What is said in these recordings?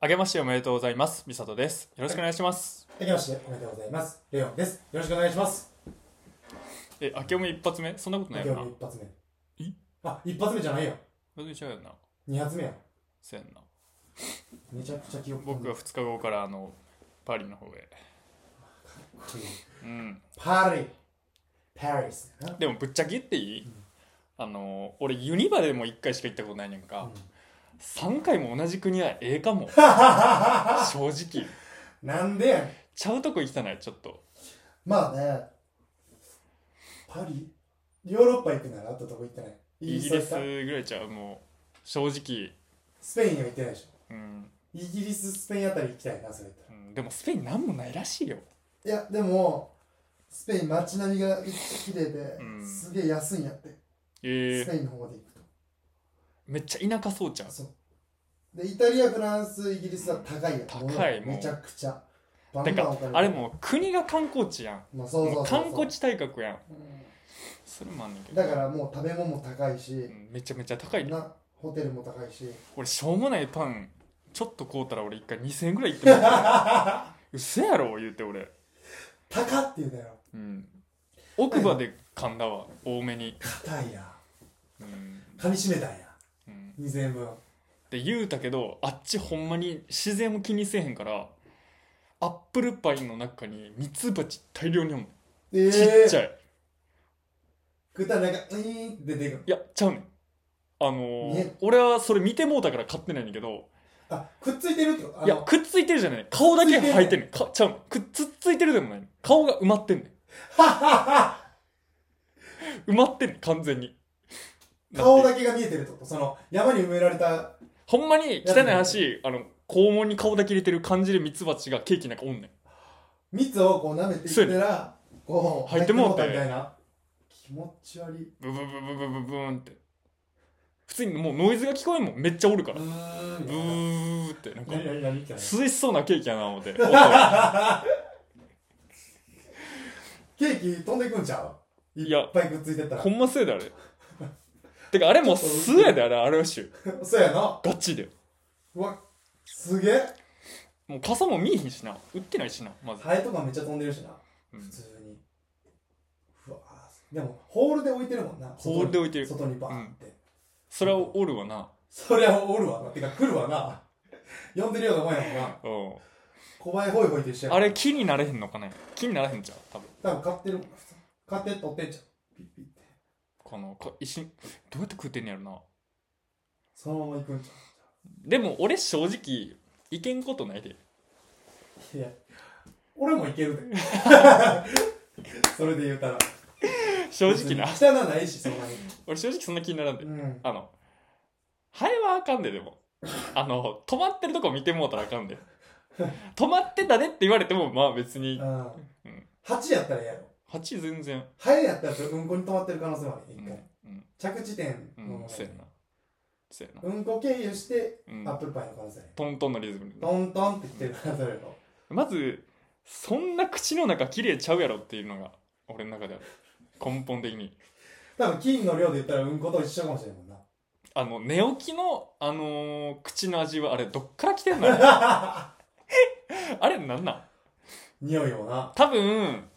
あげましておめでとうございます。みさとです。よろしくお願いします。明けましておめでとうございます。レオンです。よろしくお願いします。え、明けおめ一発目そんなこと明ないけよおなめ。一発目。えあ、一発目じゃないよ。別に違うよな。二発目や。せやんな。めちゃくちゃ記憶僕は2日後からあの、パリの方へ。うん。パリ。パリスな。でもぶっちゃけ言っていい、んあの、俺ユニバでも1回しか行ったことないねんうかん。 3回も同じ国はええか も。正直。なんでやねん。ちゃうとこ行きたない、ちょっと。まあね。パリヨーロッパ行くならあったとこ行ってない。イギはリ行っスたぐらいちゃう、もう。正直。スペインには行ってないでしょ。うん。イギリス、スペインあたり行きたいな、それ言ったら。うんでもスペインなんもないらしいよ。いや、でも、スペイン街並みが綺麗でうんすげえ安いんやって。ええペインの方まで行くと。めっちゃ田舎そうちゃう。そうでイタリアフランスイギリスは高いやん高いもうもうめちゃくちゃバなんかお金あれもう国が観光地やんまあ、そうそうもそううそう観光地大国やんうそれもあんねんけんどだからもう食べ物も高いしう、んめちゃめちゃ高いねなホテルも高いし俺しょうもないパンちょっと買うたら俺一回2000円ぐらいいってもらった うそやろ言うて俺高って言うだようん奥歯で噛んだわ多めに硬いやうん、噛みしめたんやうん、 2000円分で言うたけどあっちほんまに自然も気にせえへんからアップルパイの中にミツバチ大量におんねんえちっちゃいい食ったらなんかうーんって出てくるいやちゃうねんあのーね俺はそれ見てもうたから買ってないねんだけどあくっついてるってことあのいや、くっついてるじゃない。顔だけ生えてんねん。かちゃうの。くっつっついてるでもないの。顔が埋まってんねはっはっはん。埋まってんねん、完全に。顔だってだけが見えてるってことその山に埋められたほんまに汚い話、あの、肛門に顔だけ入れてる感じでミツバチがケーキなんかおんねん。蜜をこう舐めていったらこう入ってもうて入みたいな気持ち悪いブブブブブブブーンって。普通にもうノイズが聞こえんもん。めっちゃおるから。ーブーって、なんか、何何何みたいな涼しそうなケーキやな、思って。音がケーキ飛んでくんちゃういいやっぱいくっついてったらほんませいであれ。てか、あれもう素やで、あれ、あれはしゅ。そうやなガチで。うわすげえもう傘も見えへんしな。売ってないしな、まず。ハエとかめっちゃ飛んでるしなう普ん通にうわでもホールで置いてるもんなホールで置いてる外にバーンって、それはおるわな。そりゃおるわなてか来るわな呼んでるようなもんやもんなうん。小林ホイホイってしてるあれ木になれへんのかね木にならへんじゃん多分多分買ってるもんな買って取ってんちゃうピッピッてこのこ石どうやって食うてんねやろなそのまま行くんちゃでも俺正直いけんことないで ういや俺も行け るでそれで言うたら正直な別に汚ないしそんなに俺正直そんな気にならんでうんあのハエはあかんででもあの止まってるとこ見てもうたらあかんで止まってたでって言われてもまあ別にん8やったらええやろ蜂全然ハエやったらうんこに止まってる可能性もあるう一ん回うん着地点のうん問そうや題なそうやなうんこ経由してうアッんプルパイの可能性あるトントンのリズムでトントンって来てる可能性あるよまずそんな口の中綺麗ちゃうやろっていうのが俺の中では根本的に多分金の量で言ったらうんこと一緒かもしれんもんなあの寝起きの、あのー口の味はあれどっから来てんのあれなんなん匂いもな多分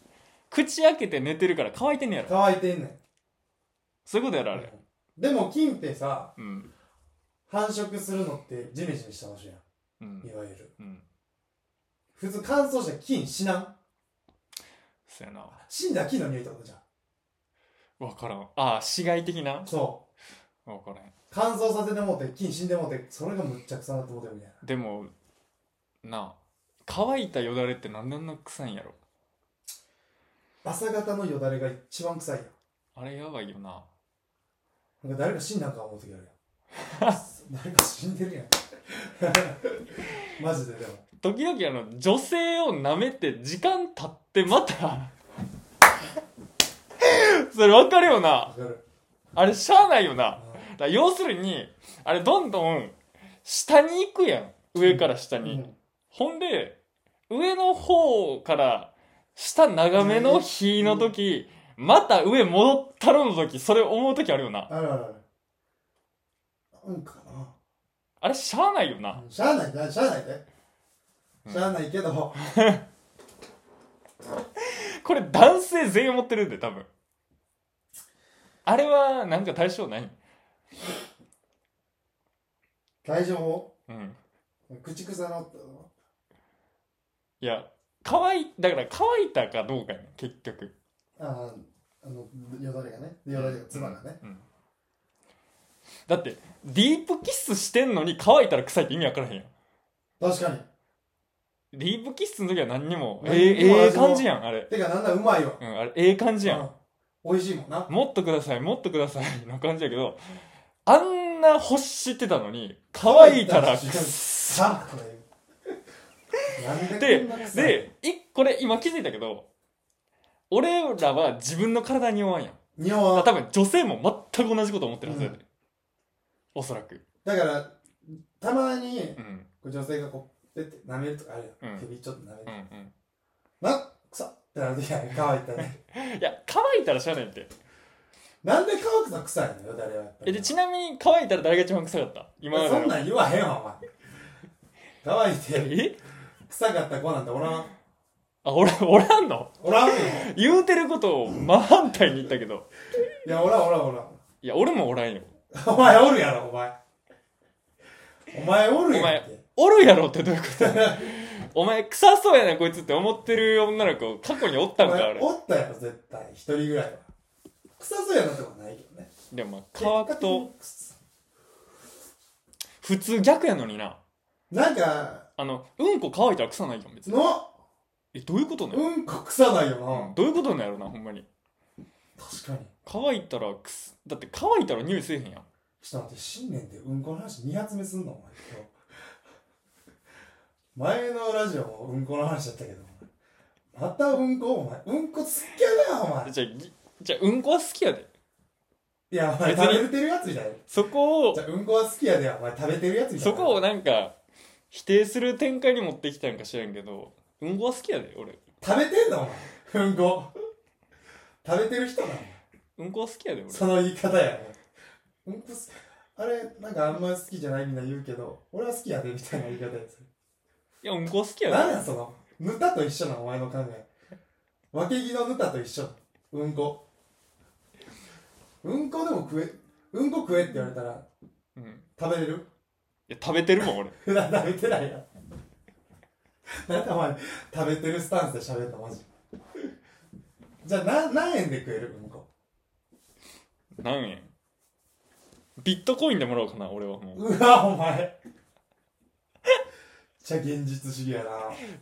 口開けて寝てるから乾いてんねやろ乾いてんねんそういうことやろあれでも金ってさうん繁殖するのってジメジメした場所やうんんいわゆるうん普通乾燥したら菌死なんそうやな死んだら菌の匂いってことじゃん分からんああ死骸的なそう分からん乾燥させてもうて菌死んでもうてそれがむっちゃくさなってもうてるみたいなでもなあ乾いたよだれってなんであんな臭いんやろ朝方のよだれが一番臭いやあれやばいよなんなんか誰か死んだんか思う時ある やん誰か死んでるやんマジででも時々あの女性を舐めて時間経ってまた それ分かるよなわかるあれしゃあないよなあだから要するにあれどんどん下に行くやん上から下ーに、うんほんで上の方から下長めの日の時、また上戻ったろの時それ思う時あるよなあるあるあるうんかなあれしゃあないよな、うんしゃあないなしゃあないでうんしゃあないけど、これ男性全員持ってるんで多分あれはなんか対象ない大丈夫うん口癖のいや乾いだから乾いたかどうかやね結局あーあのよだれがねよだれが妻がね、うん、うんだってディープキスしてんのに乾いたら臭いって意味わからへんやん確かにディープキスの時は何にもえ何えにもええ味も感じやんあれ,、てかなんならうまいわうん、あれええ感じやんうん美味しいもんなもっとくださいもっとくださいの感じやけどあんな欲してたのに乾いたら臭いさあこ れなんででこんな 臭いでいこれ今気づいたけど俺らは自分の体に弱いやん匂まあわ多分女性も全く同じこと思ってるはずやで、うおそらくだからたまにうんこう女性がこうペッて舐めるとかあるやん、うん首ちょっと舐めるう、んなっくさってなるときは乾い たねうんいや乾いたらしゃあないってなんで乾くと臭いのよ誰はやっぱりえでちなみに乾いたら誰が一番臭かった今までのそんなん言わへんわお前乾いてえ臭かった子なんておらんあ俺おらんのおらんよ言うてることを真反対に言ったけどいやおらんおらんおらんいや俺もおらんよお前おるやろお前お前おるやんっておるやろってどういうことやねんお前臭そうやなこいつって思ってる女の子過去におったんかあお前れおったやろ絶対一人ぐらいは臭そうやなってことないけどねでもまあ乾くと結普通逆やのにな果的になんかあのうんこ乾いたら臭ないやん別にのえどういうことなの、うんこ臭ないよな、うんどういうことなんやろなほんまに確かに乾いたらくすだって乾いたら匂いせえへんやんちょっと待って、新年でうんこの話2発目すんのお前今日。前のラジオもうんこの話だったけど、お前またうんこお前、うんこ好きやな、お前。じゃあぎじゃあうんこは好きやでいや、お前別に食べてるやつみたいな。そこをじゃあうんこは好きやで、お前食べてるやつみた いそな。こをなんか否定する展開に持ってきたんか知らんけどうんこは好きやで俺食べてんのお前。うんこ。食べてる人なのうんこは好きやで俺その言い方や。お前うんこ好き。あれ、なんかあんま好きじゃないみんな言うけど、俺は好きやで、みたいな言い方やつ。いやうんこは好きやで何やそのぬたと一緒なのお前の考え分け木のぬたと一緒うんこうんこでも食えうんこ食えって言われたらうん、食べれる いや食べてるもん俺普段食べてないやんなんでお前食べてるスタンスで喋ったマジじゃあな何円で食えるうんこ何円ビットコインでもらおうかな俺はもううわお前じゃあ現実主義やな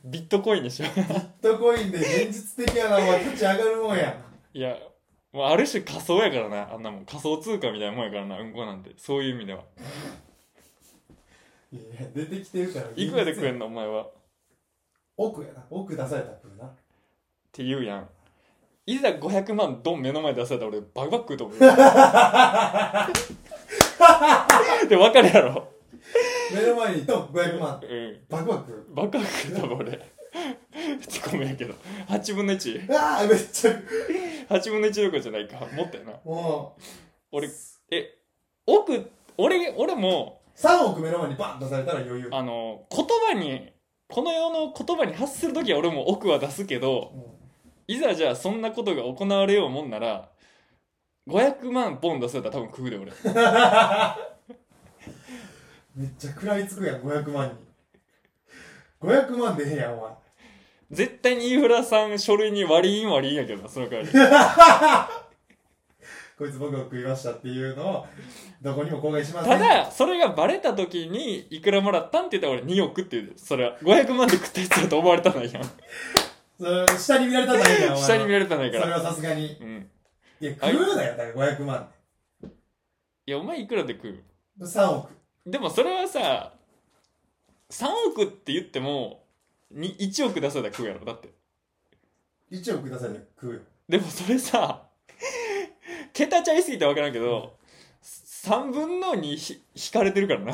ビットコインにしよう ビットコインで現実的やなお前価値上がるもんやいやもうある種仮想やからなあんなもん仮想通貨みたいなもんやからなうんこなんてそういう意味ではいや出てきてるからいくらで食えるんのお前はっ奥やな奥出されたら食うなて言うやんいざ500万ドン目の前で出されたら俺バクバク食うと 思うで分かるやろ目の前にと500万うんバクバクバクバク食うと思う俺ちょっとごめんやけど8分の18ああめっちゃ分の1どころじゃないかもっとやなもう俺え奥俺俺も3億目の前にバン出されたら余裕あの言葉にこの世の言葉に発する時は俺も奥は出すけどうんいざじゃあそんなことが行われようもんなら500万ポン出されたら多分食うで俺めっちゃ食らいつくやん500万に500万でええやんお前絶対にインフラさん書類に割りん割りんやけどなその代わりこいつ僕を食いましたっていうのをどこにも公開しませんただそれがバレた時にいくらもらったんって言ったら俺2億って言うでそれは500万で食ったやつだと思われたないやんそれ下に見られたらないやんお 前下に見られたないかそれらはさすがにうんいや食うなよだから500万いやお前いくらで食う3億でもそれはさ3億って言ってもに1億出されたら食うやろだって1億出されたら食うよでもそれさ桁ちゃいすぎて分からんけど3分の2ひ引かれてるからな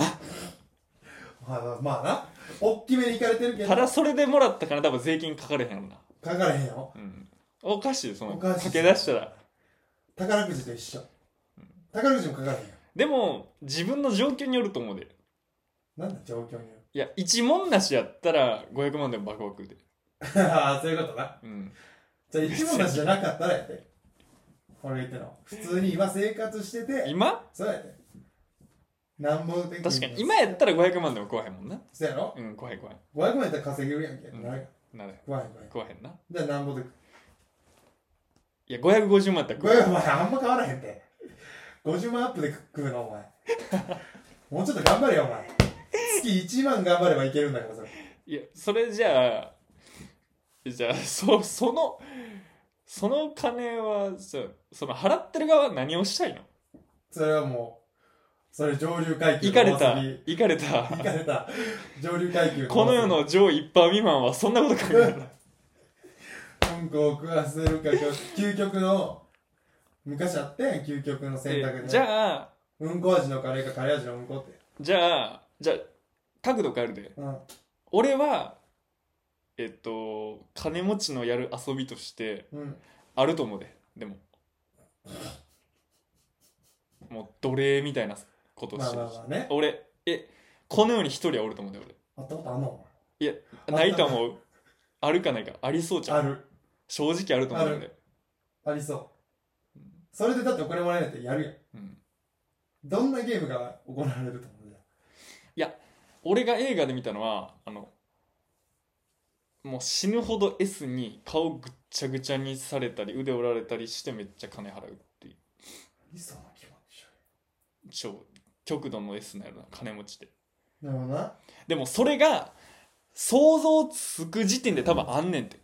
まあまあなおっきめにいかれてるけどただそれでもらったから多分税金かかれへんやろなかからへんようんおかしいよそのおかしい駆け出したら宝くじと一緒宝くじもかからへんよでも自分の状況によると思うでなんだ状況によるいや一文なしやったら500万でも爆爆で ああそういうことなうんじゃあ一文なしじゃなかったらやって俺が言ってるの普通に今生活してて今そうやって何も確確かに今やったら500万でも怖いもんなそうやろうん怖い怖い500万やったら稼げるやんけ、うんなるなる怖い怖い怖へんなじゃあなんぼでいや550万やったら怖い500万あんま変わらへんて50万アップで食うのお 前もうちょっと頑張れよお前月1万頑張ればいけるんだからそれいやそれじゃあじゃあそそのその金はそうその払ってる側は何をしたいのそれはもうそれ上流階級いかれたお遊びいかれいたかれた上流階級この世お遊の上位一般未満はそんなこと考えないびうんこを食わせるか究極の昔あってん究極の 選択えでじゃあうんこ味のカレーかカレー味のうんこってじゃあじゃあ角度変えるでうん俺はえっと金持ちのやる遊びとしてうんあると思うででももう奴隷みたいなことをましあてまるあまあね俺えこの世に一人はおると思うんだよあったことあんの俺ないと思うあるかないかありそうじゃあんる正直あると思うんだよありそうそれでだってお金もらえないってやるやん俺、うん、どんなゲームが行われると思うじゃん俺が映画で見たのはあのもう死ぬほど S に顔ぐっちゃぐちゃにされたり腕折られたりしてめっちゃ金払うっていう何その気持ち超極度の S なるな金持ちでなるほどなでもそれが想像つく時点で多分あんねんて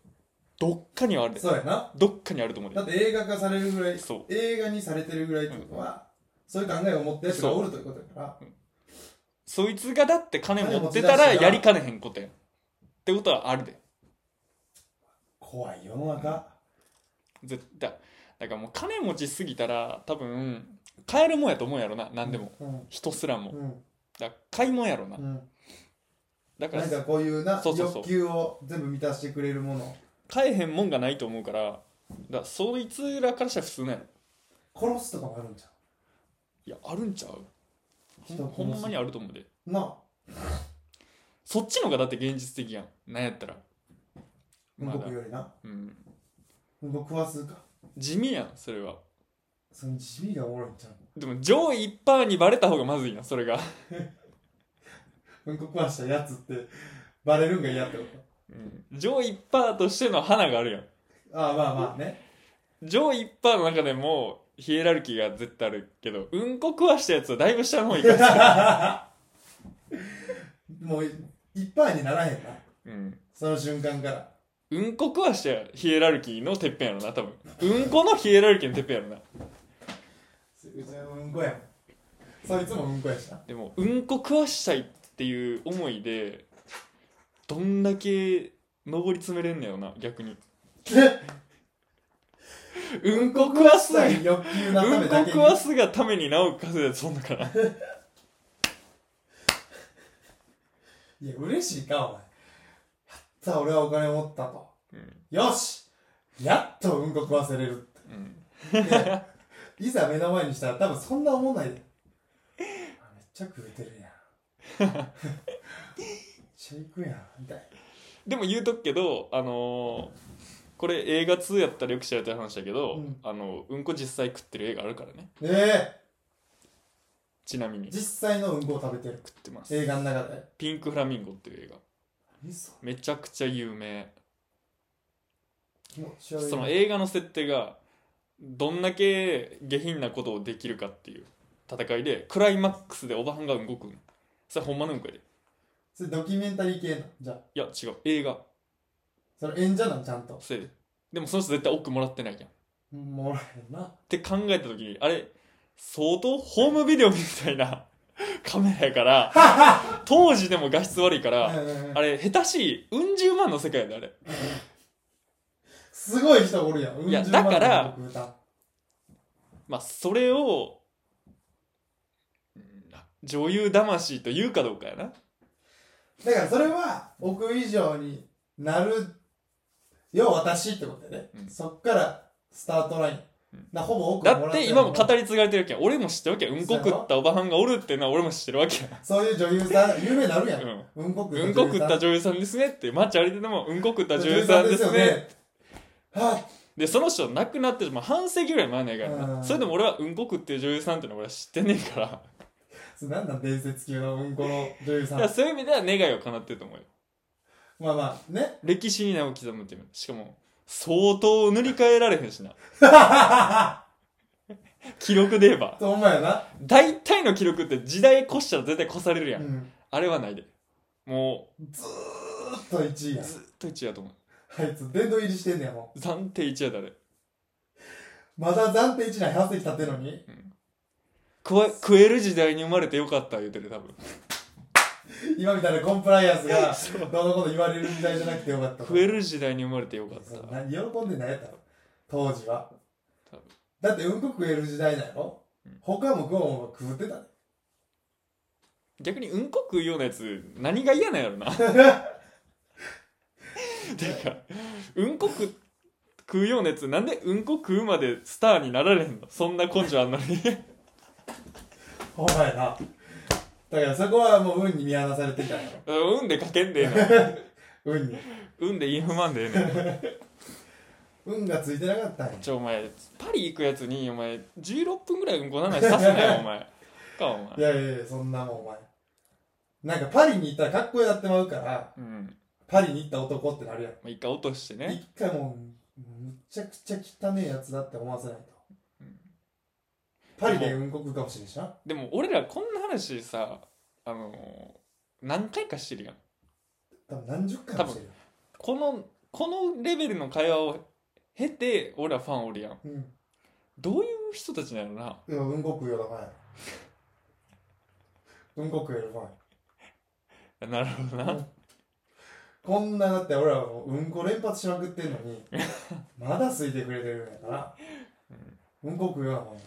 どっかにはあるでそうやなどっかにあると思うだでって映画化されるぐらいそう映画にされてるぐらいってことは、そういう考えを持ったやつがおるということやからそいつがだって金持ってたらやりかねへんことやんってことはあるで怖い世の中絶対だからもう金持ちすぎたら多分買えるもんやと思うやろな何でもうん人すらもうんだから買い物やろな、うん、だからなんかこういうなそうそうそう欲求を全部満たしてくれるもの買えへんもんがないと思うからだからそいつらからしたら普通なんやろ殺すとかもあるんじゃいやあるんちゃうほん人ほんまにあると思うでんなあそっちの方がだって現実的やんなんやったらうんまこだ食うよりなうんうんこ食わすか地味やんそれはその地味がおもろいんじゃんでも上位一パーにバレた方がまずいなそれが、うんこ食わしたやつってバレるんが嫌ってこうん、上位一パーとしての花があるやんとああまあまあね上位一パーの中でもヒエラルキーが絶対あるけどうんこ食わしたやつはだいぶ下の方いかせもういっぱいにならへんなうんその瞬間からうんこ食わしてヒエラルキーのてっぺんやろな多分うんこのヒエラルキーのてっぺんやろなうちのうんこやもんそいつもうんこやしなでもうんこ食わしたいっていう思いでどんだけ上り詰めれんねやろな逆にうんこ食わすがうんこ欲求のためだけ食にわすがためになおかせでそんのかないや嬉しいかお前やった俺はお金持ったとうんよしやっとうんこ食わせれるうん いざ目の前にしたら多分そんな思わないであめっちゃ食うてるやんめっちゃいくやんみたいなでも言うとくけどあのーこれ映画2やったらよく知られてる話だけど、うんあのうんこ実際食ってる映画あるからねえちなみえに食実際のうんこを食べてるってます映画の中でピンクフラミンゴっていう映画何そめちゃくちゃ有名れもう調べるその映画の設定がどんだけ下品なことをできるかっていう戦いでクライマックスでおばはんが動くんそれほんまのうんこやでいそれドキュメンタリー系なじゃあや違う映画それ演者なんちゃんとせいででもその人絶対奥もらってないやんっうんもらえんなて考えた時にあれ相当ホームビデオみたいな カメラやから 当時でも画質悪いからああれれ下手しいうん十万の世界やであれすごい人おるやんうんいや十万だからの食うたまあそれをうん女優魂と言うかどうかやなだからそれは億以上になるよう私ってことだよね、うんそっからスタートラインうんなほぼ奥だって今もか語り継がれてるわけやん俺も知ってるわけやんうんこ食ったおばはんがおるってのは俺も知ってるわけやそういう女優さん有名になるやん、ん、うんうんこうんこ食った女女優さんですねって街歩いててもうんこ食った女優さんですねはでその人亡くなってる、まあ、半世紀ぐらい前ねんからうなんそれでも俺はうんこ食ってる女優さんっていうのは俺は知ってんねえからいなんなん伝説級のうんこの女優さんだからそういう意味では願いを叶ってると思うよまあまあね歴史に名を刻むっていうしかも相当塗り替えられへんしな 記録で言えばほんまやな、大体の記録って時代越したら絶対越されるや、うんん、あれはないでもずーっと1位うやんずっと1位やと思うあいつ殿堂入りしてんねやも暫定1位やだでんまだ暫定1年半世紀経ってるのに食え食える時代に生まれてよかった言うてる多分今みたいなコンプライアンス がどうのこと言われる時代じゃなくてよかった食える時代に生まれてよかったそう何喜んでないやったろ当時は多分だってうんこ食える時代だよ、うん他も食おうもんが食ってたで逆にうんこ食うようなやつ何が嫌なんやろ なていうかうんこ食食うようなやつなんでうんこ食うまでスターになられへんのそんな根性あんのに ほんまやなだからそこはもう運に見放されてたんやろうんでかけんでええねん運にうんでインフマンでええねん運がついてなかったんやちょお前パリ行くやつにお前16分ぐらいうんこ7枚刺すなよお前かお前いやいやいやそんなもんお前なんかパリに行ったらかっこよなってまうからうんパリに行った男ってなるやんまあ、一回落としてね一回もうむちゃくちゃ汚ねえやつだって思わせないと、うんパリでうんこ食うかもしれんしなでも俺らこんな話さあのー何回かしてるやん多分何十回もしてるよこのこのレベルの会話を経て俺らファンおるやんうんどういう人たちなのなでもうんこ食うよだからうんこ食えるファンなるほどな、うんこんなだって俺らもううんこ連発しまくってんのにまだついてくれてるんやからうんこ食うようなもんや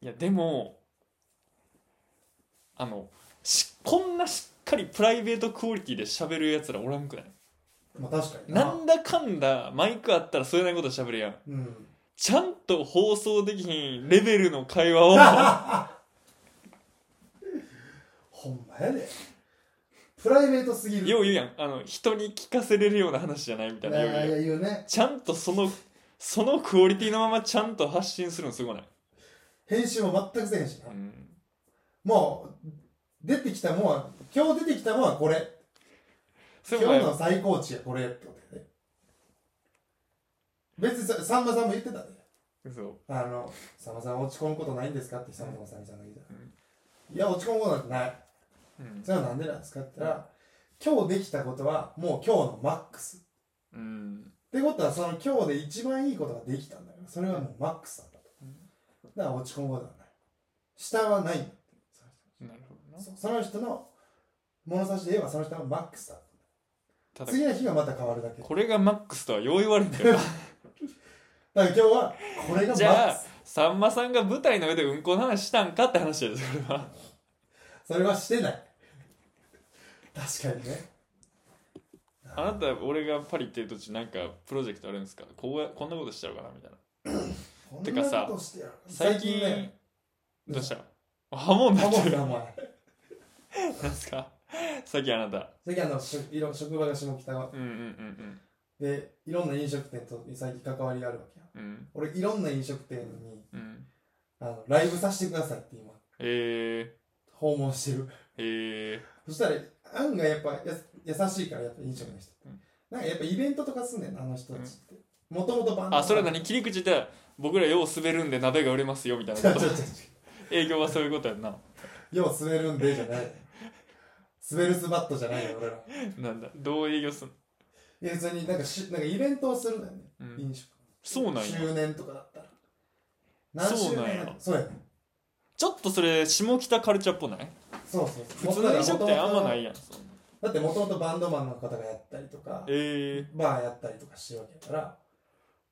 いやでもあのしこんなしっかりプライベートクオリティで喋るやつらおらんくないまあ確かになんだかんだマイクあったらそういうようなこと喋るやんうんちゃんと放送できひんレベルの会 話をほんまやでプライベートすぎるよう言うやんあの人に聞かせれるような話じゃないみたいなよう言うやんねいや言うねちゃんとそのそのクオリティのままちゃんと発信するのすごない、編集も全くせえへんしなうん、もう出てきたもんは今日出てきたもんはこれそ今れ日もの最高値がこれってことやで別にささんまさんも言ってたで嘘あの、さんまさん落ち込むことないんですかって久本さんみさんが言うたうんいや、落ち込むことなんてない。うんそれはなんでなんですかって言ったら、今日できたことはもう今日のマックス。うんってことは、その今日で一番いいことができたんだから、それはもうマックスなんだと。だから落ち込むことはない。下はないんだってなるほどなそうその人の物差しで言えばその人のマックスだ。ただ次の日がまた変わるだけ。だかこれがマックスとはよう言われんけどなら今日はこれがマじゃックあス。さんまさんが舞台の上でうんこの話したんかって話やでそれはそれはしてない。確かにね。あなた俺がパリ行ってる途中なんかプロジェクトあるんですかこうやこんなことしちゃうかなみたいなこんてかさなことしてやる最近ねどうしたハモンだハっモてンるさんお前なんす かさっきあなた最近あのしいろ職場が下北側うんうんうんでいろんな飲食店と最近関わりがあるわけやうんうん俺いろんな飲食店にうんあのライブさせてくださいって今え訪問してるー、えー、そしたら案外やっぱや優しいからやっぱ飲食の人、うんなんかやっぱイベントとかすんねんなあの人たちってもともとバンドあそれは何切り口で僕らよう滑るんで鍋が売れますよみたいちょなちこ ょとちょちょ営業はそういうことやんなよう滑るんでじゃない滑るスバットじゃないよ俺らなんだどう営業すんの、いや別になんかしなんかイベントをするんだよね、うん、飲食そうなんや周年とかだったら何周そう年なんややそうやねちょっとそれ下北カルチャーっぽないそうそう普通の飲食店あんまないやんそんなだってもともとバンドマンの方がやったりとかえバーやったりとかしてるわけだから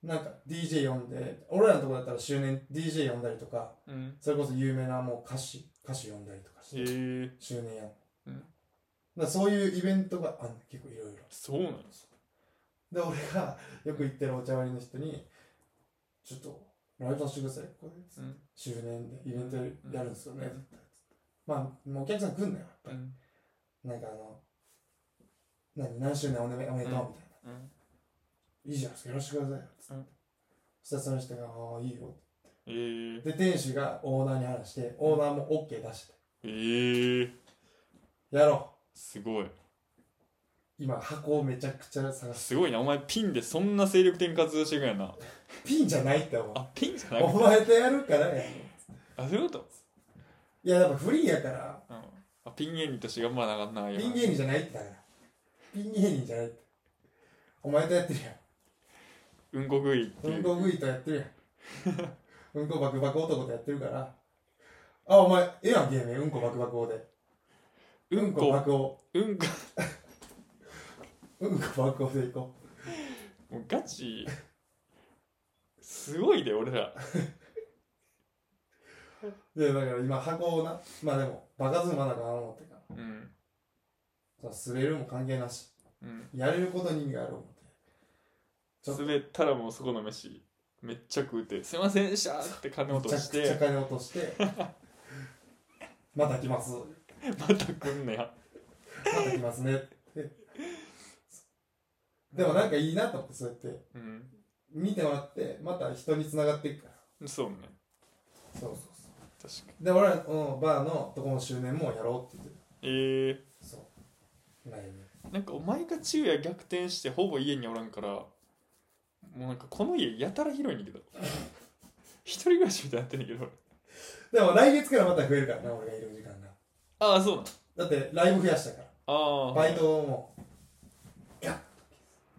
なんか DJ 呼んで俺らのとこだったら周年 DJ 呼んだりとかー、うんそれこそ有名なもう歌手歌手呼んだりとかしえてー、周年やん、うんだからそういうイベントがあんの結構いろいろそうなんですで俺がよく行ってるお茶割りの人に「ちょっとライブさせてください、これ。うん周年でイベントやるんですよね。うんまあ、もうお客さん来んのよ。うんなんかあの、何、何周年おめおめでとうみたいな。うんいいじゃないですか、よろしてくださいよ。つってうんそしたらその人が、ああ、いいよ。えー、で、店主がオーナーに話して、オーナーも OK 出して、えー、やろ。すごいう今、箱をめちゃくちゃ探す。すごいなお前ピンでそんな精力的に活動していくんやなピンじゃないって思う。あピンじゃなおくて前とやるからや。あそういうこと、いや、やっぱフリーやから、うん、あピン芸人として頑張らなあかんなピン芸人じゃないってだから。ピン芸人じゃないって。お前とやってるうんこ食いってやん。いうんうこ食いとやってるやん。うんこバクバク男とやってるから。あ、お前、ええやん、ゲーム。うんこバクバク王で。ううんんここバク王。うんこうんこバク王でいこもうガチすごいで俺らう。で、だから今、箱をな、まあでも、バカズマだからな思ってるから。うんその滑るも関係なし。うんやれることに意味がある思って。ちょっと滑ったらもうそこの飯めっちゃ食うて「すいませんでした」って金落とめちゃしくちゃて金落として、また来ます。また食んねやまた来ますね。でもなんかいいなと思って、そうやって。うん見てもらって、また人に繋がっていくから。そうねそうそうそ確かにう。で、俺らのバーのとこの周年もやろうって言ってる。えー、そう。ライブ。なんかお前が昼夜逆転してほぼ家におらんからもうなんかこの家やたら広いねんだけど 一人暮らしみたいになってんねんけど俺でも来月からまた増えるからな、俺がいる時間が。ああそうなんだってライブ増やしたから。ああバイトも、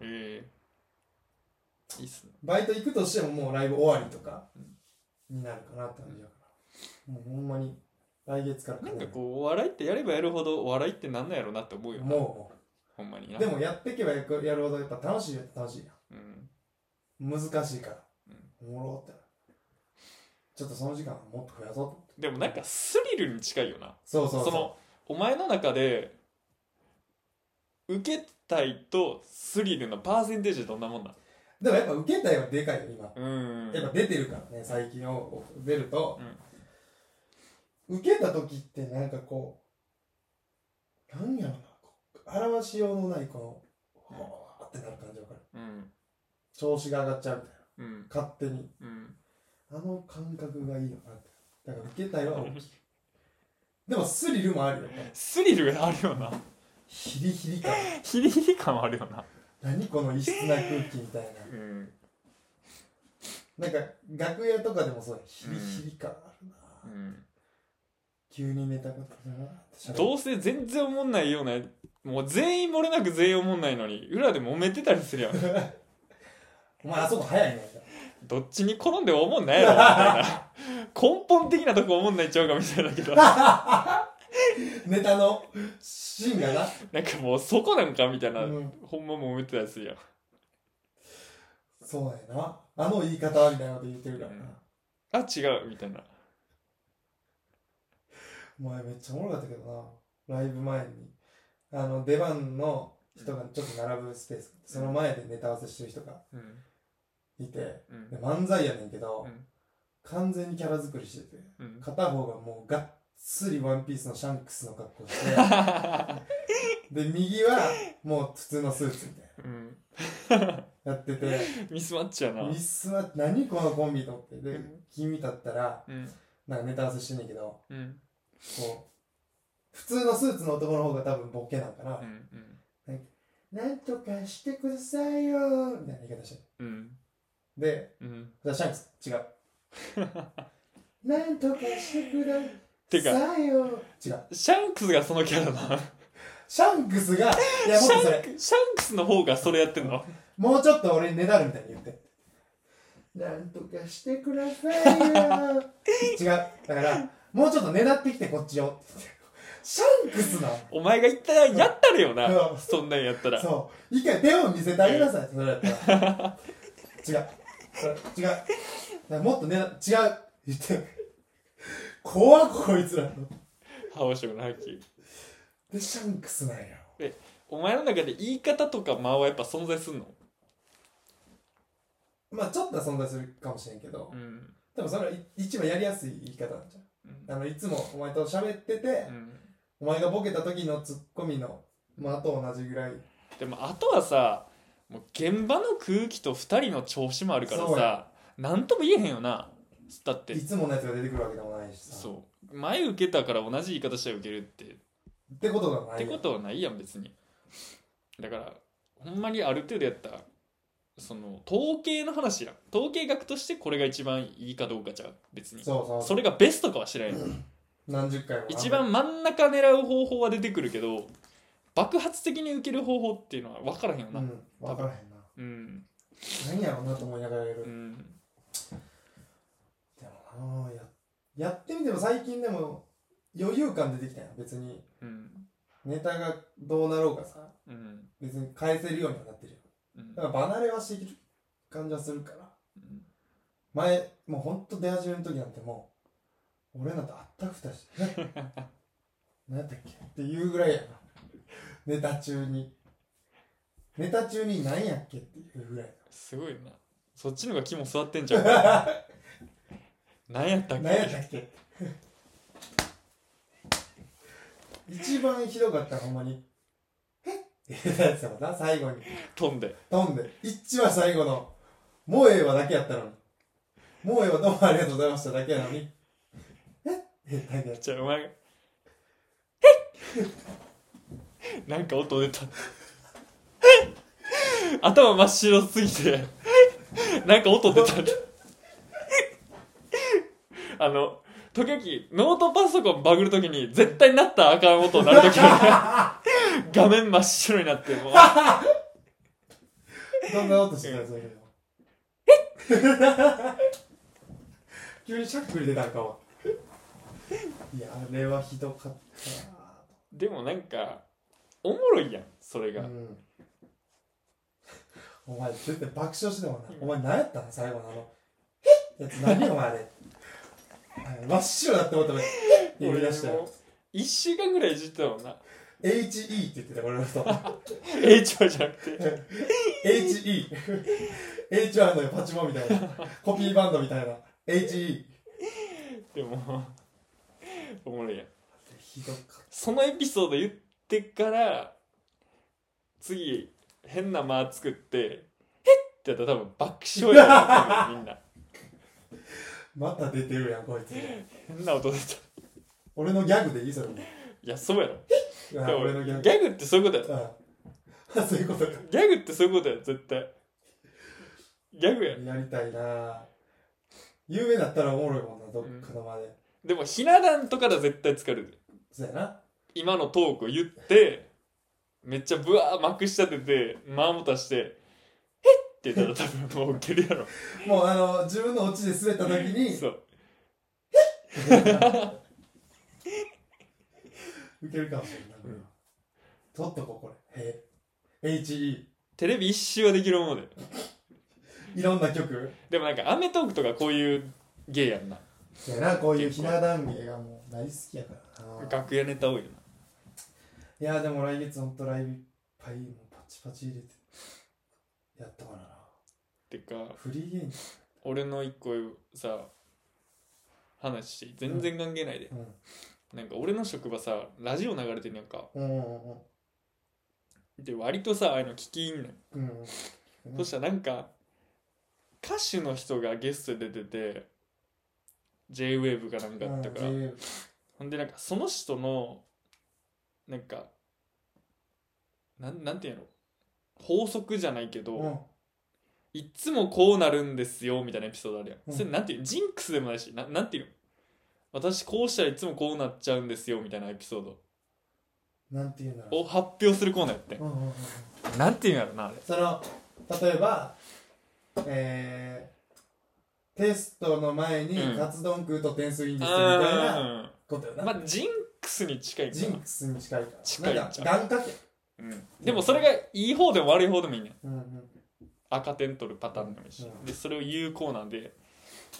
ええー、いいっすねバイト行くとしてももうライブ終わりとかになるかなって感じだから。もうほんまに来月からなんかこうお笑いってやればやるほどお笑いってなんなんやろなって思うよなもうもほんまにう。なでもやっていけばやるやるほどやっぱ楽しいよ、楽しいやうん。ん難しいから、おもろってなちょっとその時間もっと増やそうと思ってでもなんかスリルに近いよなそうそうそそうのお前の中で受けたいとスリルのパーセンテージはどんなもんだでもやっぱ受けたいはでかいよ今、うんやっぱ出てるからね最近を出ると、受けた時ってなんかこうなんやろなこう表しようのないこのほーってなる感じわかるうん調子が上がっちゃうみたいうんな勝手にうんあの感覚がいいよなってだから受けたいは大きいでもスリルもあるよねスリルがあるよなヒリヒリ感ヒリヒリ感はあるよな何この異質な空気みたいなうん、なんか楽屋とかでもそうやヒリヒリ感あるな、急にネタが飛ぶなって喋るどうせ全然思んないようなもう全員漏れなく全員思んないのに裏で揉めてたりするやんお前あそこ早いねどっちに転んでも思んないやろみたいな 根本的なとこ思んないちゃうかみたいだけ どなネタの芯がなんかもうそこなんかみたいな、うんほんま揉めてたりするやんそうやなあの言い方はみたいなこと言ってるからな、あ違うみたいなお前めっちゃおもろかったけどなライブ前にあの出番の人がちょっと並ぶスペースその前でネタ合わせしてる人がうんいてうんで漫才やねんけど、うん完全にキャラ作りしててうん片方がもうがっつりワンピースのシャンクスの格好して で右はもう普通のスーツみたういんなやっててミスマッチやなミスは何このコンビと思ってうでん君だったらうんなんかネタ合わせしてんねんけどうんこう普通のスーツの男の方が多分ボケなんかなうんうん「なんとかしてくださいよ」みたいな言い方してうんでうんじゃあシャンクス違う なんとかしてくだてかさいよ違うシャンクスがそのキャラなシャンクスがいやもっシとそャれンクシャンクスの方がそれやってんのもうちょっと俺にねだるみたいに言って。なんとかしてくださ いよ。違う。だから、もうちょっとねだってきてこっちよ。シャンクスなお前が言ったらやったらようなんそんなんやったらそう。一回手を見せてあげなさい。それだったら。違う。それ違う。だからもっとねだ、違う。言って。怖っこいつらの。覇王色の覇気で、シャンクスなんや。お前の中で言い方とか間はやっぱ存在すんのまあちょっとは存在するかもしれんけど、うんでもそれはい一番やりやすい言い方なんじゃんうんあのいつもお前と喋ってて、うんお前がボケた時のツッコミのまあと同じぐらいでもあとはさもう現場の空気と2人の調子もあるからそうさや何とも言えへんよなだっていつものやつが出てくるわけでもないしさそう前受けたから同じ言い方して受けるってっってことがないてことはないやん別にだからほんまにある程度やったらその統計の話やん統計学としてこれが一番いいかどうかじゃん別にそうそうそれがベストかは知らんやん何十回も一番真ん中狙う方法は出てくるけど爆発的に受ける方法っていうのは分からへんような、ん分からへんなうん何やろうなと思いながらやる、うんでもなややってみても最近でも余裕感出てきたよ別にうんネタがどうなろうかさうん別に返せるようにはなってるようんだから離れはしてきる感じはするからうん前もうほんと出始めの時なんてもう俺なんてあったふたして 何やったっけっていうぐらいやなネタ中にネタ中に何やっけっていうぐらいすごいなそっちの方が肝座ってんじゃ ん何やったっけ何やったっけ一番ひどかったのほんまに「えっ?」って言ったやつだもんな最後に飛んで飛んで一番最後の「もうええわ」だけやったのに「もうええわどうもありがとうございました」だけやのに「えっ?」って言ったやつじゃあお前が「へ っ!」なんか音出た「へっ!」頭真っ白すぎてなんか音出たあの時々ノートパソコンバグる時に絶対なったらあかん音鳴る時ある画面真っ白になってもうどんな音してたやつだけど「 急にしゃっくり出たんかもいやあれはひどかっでもなんかおもろいやんそれたが、なうんお前絶対爆笑してたもんなお前何やったの最後のあの「えっ?」やつ何お前あれあれ真っ白だって思ったら「言い出した俺もよ1週間ぐらいいじってたもんな HE って言ってた俺のこと HR じゃなくて HE HR のパチモンみたいなコピーバンドみたいな HE でもおもろいやんひどかったそのエピソード言ってから次変な間作って「へっ!」ってやったら多分爆笑やな みんなまた出てるやんこいつ変な音出たい俺のギャグでいいそれもやそうやろあでも俺のギャグギャグってそういうことやうんそういうことかギャグってそういうことや絶対ギャグややりたいな有名だったらおもろいもんなどっかのまで、でもひな壇とかだ絶対疲れるそうやな今のトークを言ってめっちゃブワーまくし立てて間もたして「へっ!」って言ったら多分もうウケるやろもうあの自分のオチで滑った時にそうウケるかもしれんない、うん取っとこうこれへ HE テレビ一周はできるものでいろんな曲でもなんか『アメトーク』とかこういう芸やんなそうやなこういうひな壇芸がもう大好きやからな楽屋ネタ多いよないやでも来月ほんとライブいっぱいもうパチパチ入れてやったからなてかフリーゲーム俺の一個さ話して全然関係ないで、なんか俺の職場さラジオ流れてんやんかうんうんうんうんで割とさああいうの聞きいんねん、うんうんそしたらなんか歌手の人がゲストで出てて JWAVE かなんかだったから、うん自ほんでなんかその人のなんかなんなんていうの法則じゃないけど、由うんいっつもこうなるんですよみたいなエピソードあるやん、うんそれなんていうジンクスでもないしななんていうの私こうしたらいつもこうなっちゃうんですよみたいなエピソードなんていうんだろを発表するコーナーやってう、うんうんうんうん、なんていうんやろなあれその例えばえー、テストの前にうんカツ丼食うと点数いいんですよみたいなあことよーな、まあジンクスに近いかジなンクスに近いから近いんちゃうなんか願掛け、うん、でもそれがいい方でも悪い方でもいいねんうんうん、赤点取るパターンでもいいし、うんでそれを言うコーナーで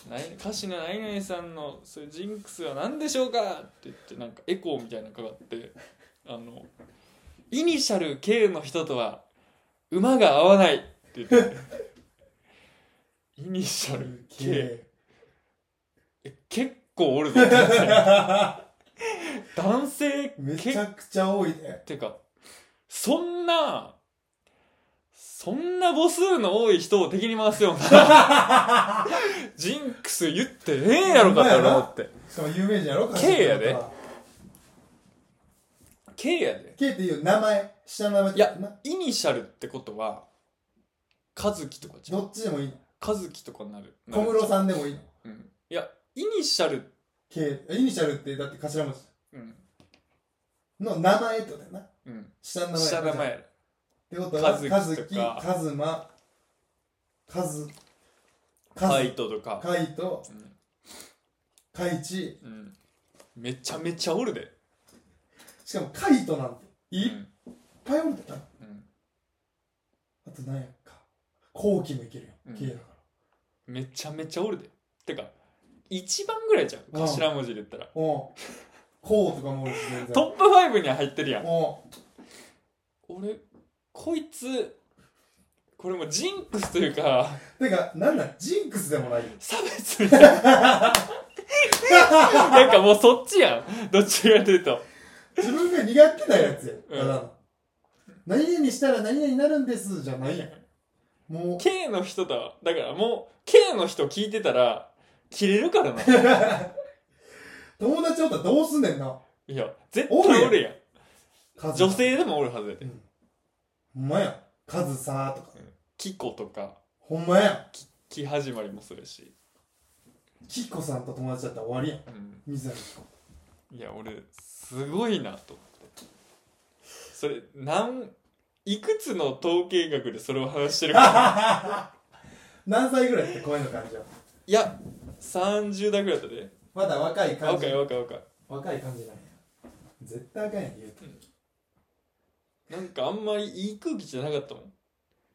ない歌手の何々さんのそういうジンクスは何でしょうかって言ってなんかエコーみたいなのかかってあのイニシャル K の人とは馬が合わないって言って イニシャル K K え結構お るぞ男性 めち結ゃくちゃ多いねてかそんなそんな母数の多い人を敵に回すような ジンクス言ってねえやろかって俺思ってしかも有名人やろ K やで K やで K っていう名前下の名前いやなイニシャルってことは和樹とかじゃんどっちでもいいの和樹とかなる小室さんでもいいのうんいやイニシャル K イニシャルってだって頭文字うんの名前ってことやなうん下の名前下名前やってことは和樹とか和樹和馬和カ和イトとか海とうん海地うんめちゃめちゃおるでしかも海となんていっぱいおるってたうんあと何やっか後期もいけるようん K だからめちゃめちゃおるでてか一番ぐらいじゃんうん頭文字で言ったらおうこうとかもおるし全然 トップ5には入ってるやんおう俺こいつこれもうジンクスというか てかなんなんジンクスでもないよ差別みたいななんかもうそっちやんどっちかというと自分が苦手なやつうんやただの何々したら何々になるんですじゃないやんもう K の人だわだからもう K の人聞いてたら切れるから ない友達おったらどうすんねんなや絶おる対やんおるやんカズ女性でもおるはずやでほんまやんカズさーとかキコとかほんまやんキ始まりもするし、キコさんと友達だったら終わりやんうん、水谷キコいや俺すごいなと思ってそれなんいくつの統計学でそれを話してるか何歳ぐらいって声の感じはいや30代ぐらいだったでまだ若いあ感じ若い若い若い若い感じなんや絶対あかんやん言うてなんかあんまりいい空気じゃなかったもん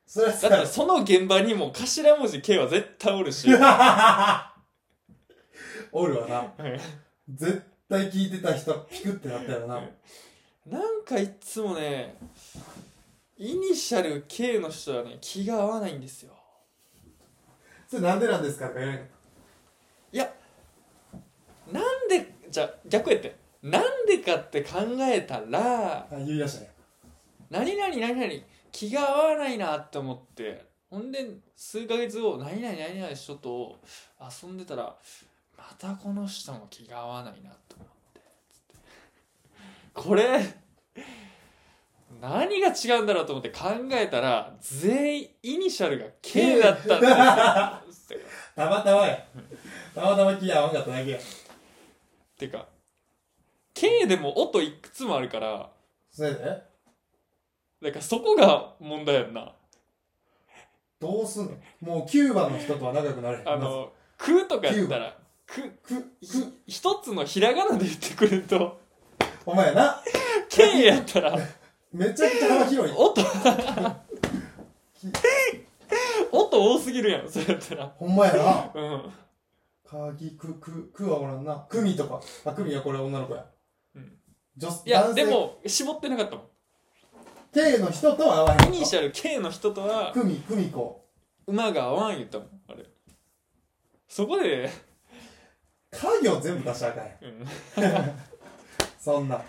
それはださってその現場にも頭文字 K は絶対おるしおるわなな絶対聞いてた人ピクってなったよな、うんんかいっつもねイニシャル K の人はね気が合わないんですよそれなんでなんですかとか言わないいやなんでじゃあ逆やってなんでかって考えたらあ言い出したね何々何々気が合わないなって思ってほんで数ヶ月後何々何々人と遊んでたらまたこの人も気が合わないなと思ってつってこれ何が違うんだろうと思って考えたら全員イニシャルが K だったんですよ たまたまやたまたま気合わんかっただけやてか K でも音いくつもあるからそれでだからそこが問題やんなどうすんのもうキューバの人とは仲良くなれへんあの「く」とかやったら「く」くひく一つのひらがなで言ってくれるとお前やな K やったらめちゃくちゃ幅広い音音多すぎるやんそれやったらほんまやなうんかぎくくくはおらんなくみとかあくみはこれ女の子や、うん、女いや男性でも絞ってなかったも K の人とは合わへんんイニシャル K の人とはくみくみこ馬が合わん言ったもんあれそこで、家業全部出したらあかんやんうん、そんな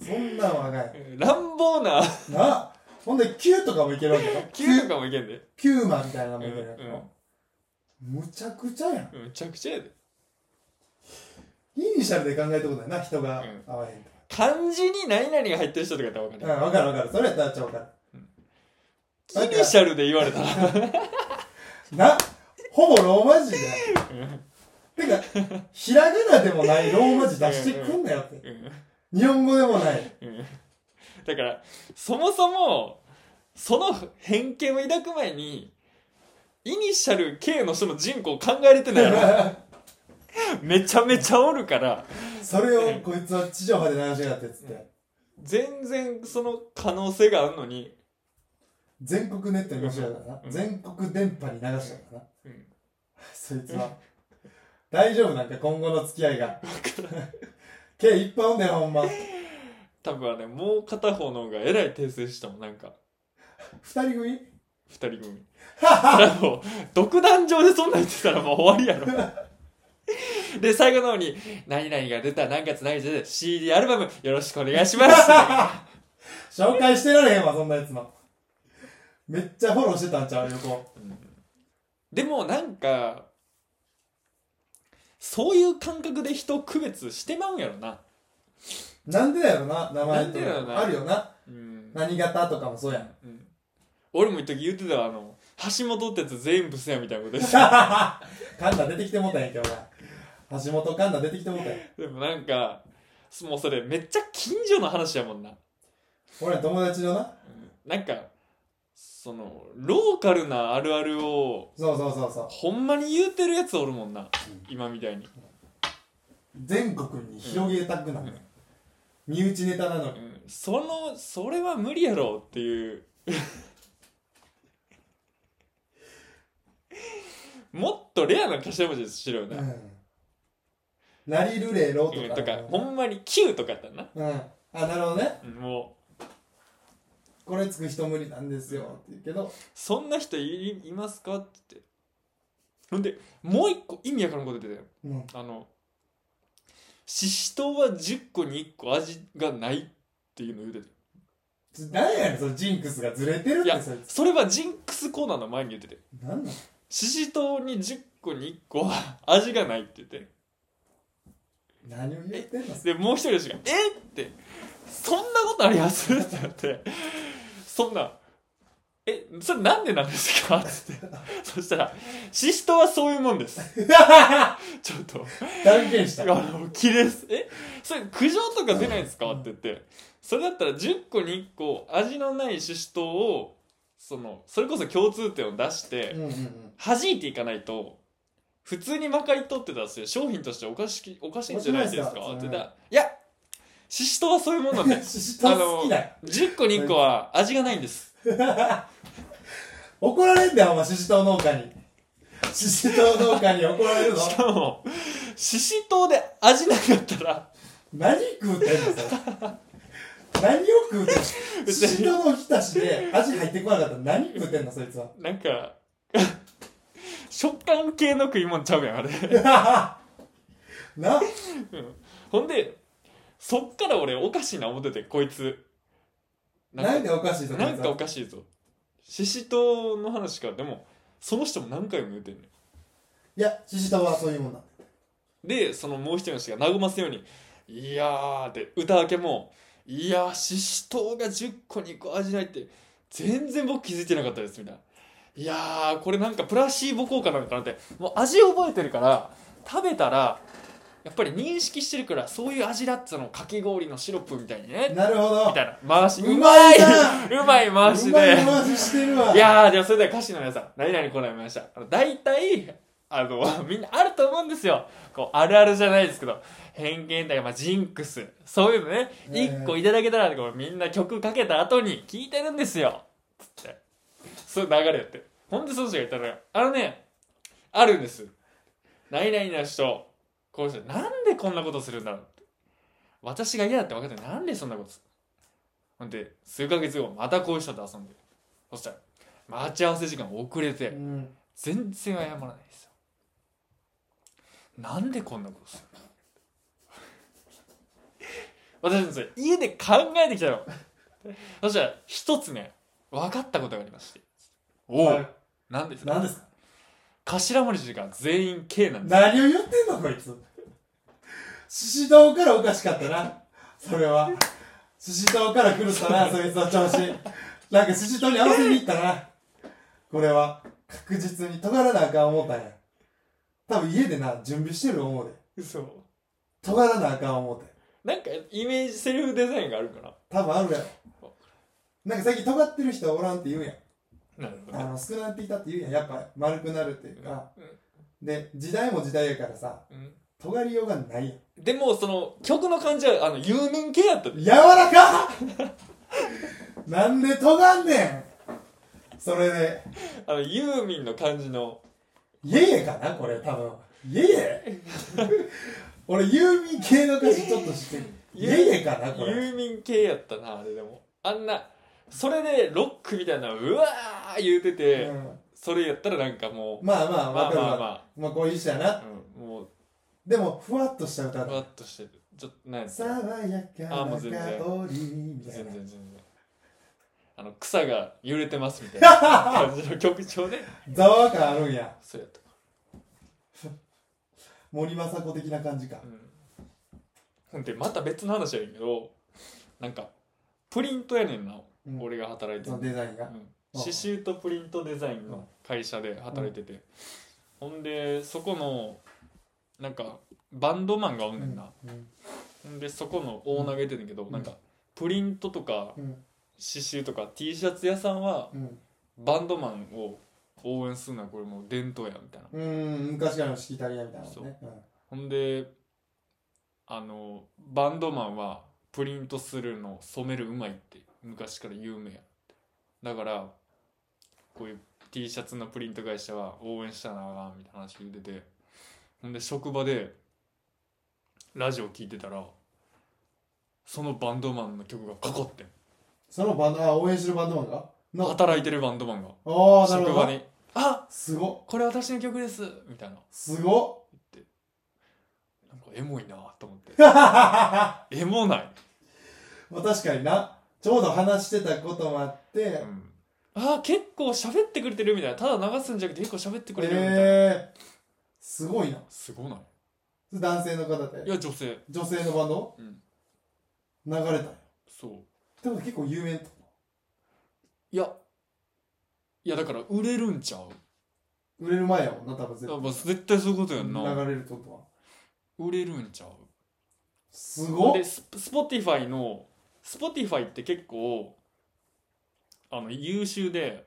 そんなんはあかんやん乱暴ななあほんで9とかもいけるわけよ Q とかもいけんでキューマンみたいなのもいけるやん、うんむちゃくちゃやんうんめちゃくちゃやでイニシャルで考えたことやな人がうん合わへんとか漢字に何々が入ってる人とかやったら分かうるん、わかるわかるそれやったらちゃうからイニシャルで言われたらなほぼローマ字やてかひらがなでもないローマ字出してくんなよってうん日本語でもないうんだからそもそもその偏見を抱く前にイニシャル K の人の人口考えれてないやろめちゃめちゃおるからそれをこいつは地上波で流しやがってっつって全然その可能性があるのに、全国ネットに流しやがったからうなん全国電波に流したからなうんそいつは大丈夫なんか今後の付き合いが K いっぱいおんねんほんま多分あれもう片方の方がえらい訂正したもんなんか二人組二人組それはもう独壇場でそんなん言ってたらもう終わりやろで最後の方に「何々が出た何月何日で CD アルバムよろしくお願いします」紹介してられへんわ、そんなやつの。めっちゃフォローしてたんちゃう横。でもなんかそういう感覚で人を区別してまうんやろななんでだよな、名前なんとでだよなか。あるよな。うん、何型とかも そうやん。うん、俺も一時言ってたわあの橋本ってやつ全部せやみたいなこと言 ってたカンナ出てきてもうたんやけどな橋本カンナ出てきてもうたんやでもなんかもうそれめっちゃ近所の話やもんな俺ら友達のななんかそのローカルなあるあるをそうそうそうそうほんまに言うてるやつおるもんな今みたいに、全国に広げたくなる、身内ネタなのうにん、そのそれは無理やろっていう もっとレアな頭文字しろよな、うんなりるれろうんとかとかほんまに Q とかやったな、うんあなるほどねうんもこれつく人無理なんですよって言うけどうそんな人いいますかって言ってほんでもう一個意味わからんこと出てたようんあのししとうは10個に1個味がないっていうのを言うててち誰やねんそのジンクスがずれてるっいてやそいつそれはジンクスコーナーの前に言っててなんなんししとうに10個に1個は味がないって言って何を言ってんのでもう一人の人が「えっ!」って「そんなことあります?」ってなってそんな「えそれなんでなんですか?」っつってそしたら「シシトはそういうもんです」ちょっと断言しあたの気ですえそれ苦情とか出ないんですかって言ってそれだったら10個に1個味のないシシトをそのそれこそ共通点を出してうんうんうん 弾いていかないと普通にまかり通ってたらそれ商品としておかしきおかしいんじゃないですかおっかしいてです言かったら「いやシシトはそういうもんなんでシシト好きだよ10個に1個は味がないんです怒られんだよお前シシトウ農家にシシトウ農家に怒 られる」ぞしかもシシトで味なかったら何食うてんのそれ何を食うてんの別にシシトウのおひたしで味入ってこなかったら何食うてんのそいつは なんか食感系の食い物ちゃうやんあれなほんでそっから俺おかしいな思っててこいつなんかでおかしいぞこいつなんかおはかしいぞシシトの話からでもその人も何回も言うてんねんいやシシトウはそういうもんなんだでそのもう一人の人が和ますように「いやー」で歌明けも「いやーししとうが10個に個味ない」って全然僕気づいてなかったですみたいな「いやーこれなんかプラシーボ効果なのかな」ってもう味覚えてるから食べたらやっぱり認識してるからそういう味だっつうのをかき氷のシロップみたいにねなるほどみたいな回しうまいなうまいう回ましでい回ししてるわいやー、でもそれでは歌手の皆さん、何々コーナー見ました。あの大体、あの、 みんなあると思うんですよ。こう、あるあるじゃないですけど、偏見だよ、まあ、ジンクス。そういうのね、ねえ一個いただけたら、こうみんな曲かけた後に聞いてるんですよ。つって。そういう流れやって。ほんで、その人が言ったのが、あのね、あるんです。何々な人、こうして、なんでこんなことするんだろうって。私が嫌だって分かってるなんでそんなことするほんで、数ヶ月後、またこういう人と遊んで。そしたら、待ち合わせ時間遅れうてん全然謝らないですよなんでこんなことするの私もそれ家で考えてきたのそしたら一つね分かったことがありましておお、はいなんですか何ですか頭文字が全員 K なんです何を言ってんのこいつシシトウからおかしかったなそれはシシトウから狂ったなそいつは調子なんかシシトウに合わせに行ったなこれは確実に尖らなあかん思ったんや多分家でな準備してる思うで嘘尖らなあかん思うてなんかイメージセルフデザインがあるか多分あるやろなんか最近尖ってる人はおらんって言うやんななるほあの少なってきたって言うやんやっぱ丸くなるっていうかうんで時代も時代やからさうん尖りようがないやんでもその曲の感じはあの有名系やった柔らかっなんで尖んねんそれで、あのユーミンの感じのイエエかなこれ多分。イエエ俺、ユーミン系の歌詞ちょっと知ってる。イユエエかなこれ。郵便系やったなあれでもあんなそれでロックみたいなうわー言うてて、うんそれやったらなんかもうまあまあまわあかるまあわままあこういう人やなあ、うん、もうでもふわっとした歌ふわだっとしてるちょっとなんやつ爽やあもかうな香全然りみたい全な然全然あの草が揺れてますみたいな感じの曲調で ざわ感あるんやそうやったか森昌子的な感じかうんほんでまた別の話やねんけどなんかプリントやねんな、うん俺が働いてそのる、デザインうがん、刺繍とプリントデザインの会社で働いてて、ほんでそこのなんかバンドマンがおんねんな、うんほんでそこの大投げてんねんけど、うんなんかプリントとかうん刺繍とか T シャツ屋さんはうんバンドマンを応援するのはこれもう伝統やみたいなうん昔からのしきたりやみたいなもんねほんであのバンドマンはプリントするの染めるうまいって昔から有名やってだからこういう T シャツのプリント会社は応援したらなあかんみたいな話言うててほんで職場でラジオ聞いてたらそのバンドマンの曲がかかってんそのバンドあ応援するバンドマンがの働いてるバンドマンがああな職るほど場なに「あすごこれ私の曲です」みたいなす ごなんかエモいなあと思ってまエモないあ確かになちょうど話してたこともあってあー結構喋ってくれてるみたいなただ流すんじゃなくて結構喋ってくれてるみたいな、ええすごいなすごない男性の方でいや女性女性のバンド、うん流れたんやそでも結構有名ってこういやいやだから売れるんちゃうと売れる前やもんな多分絶や対っぱ絶対そういうことやんな流れるってことは売れるんちゃうすごでっススポティファイのスポティファイって結構あの優秀で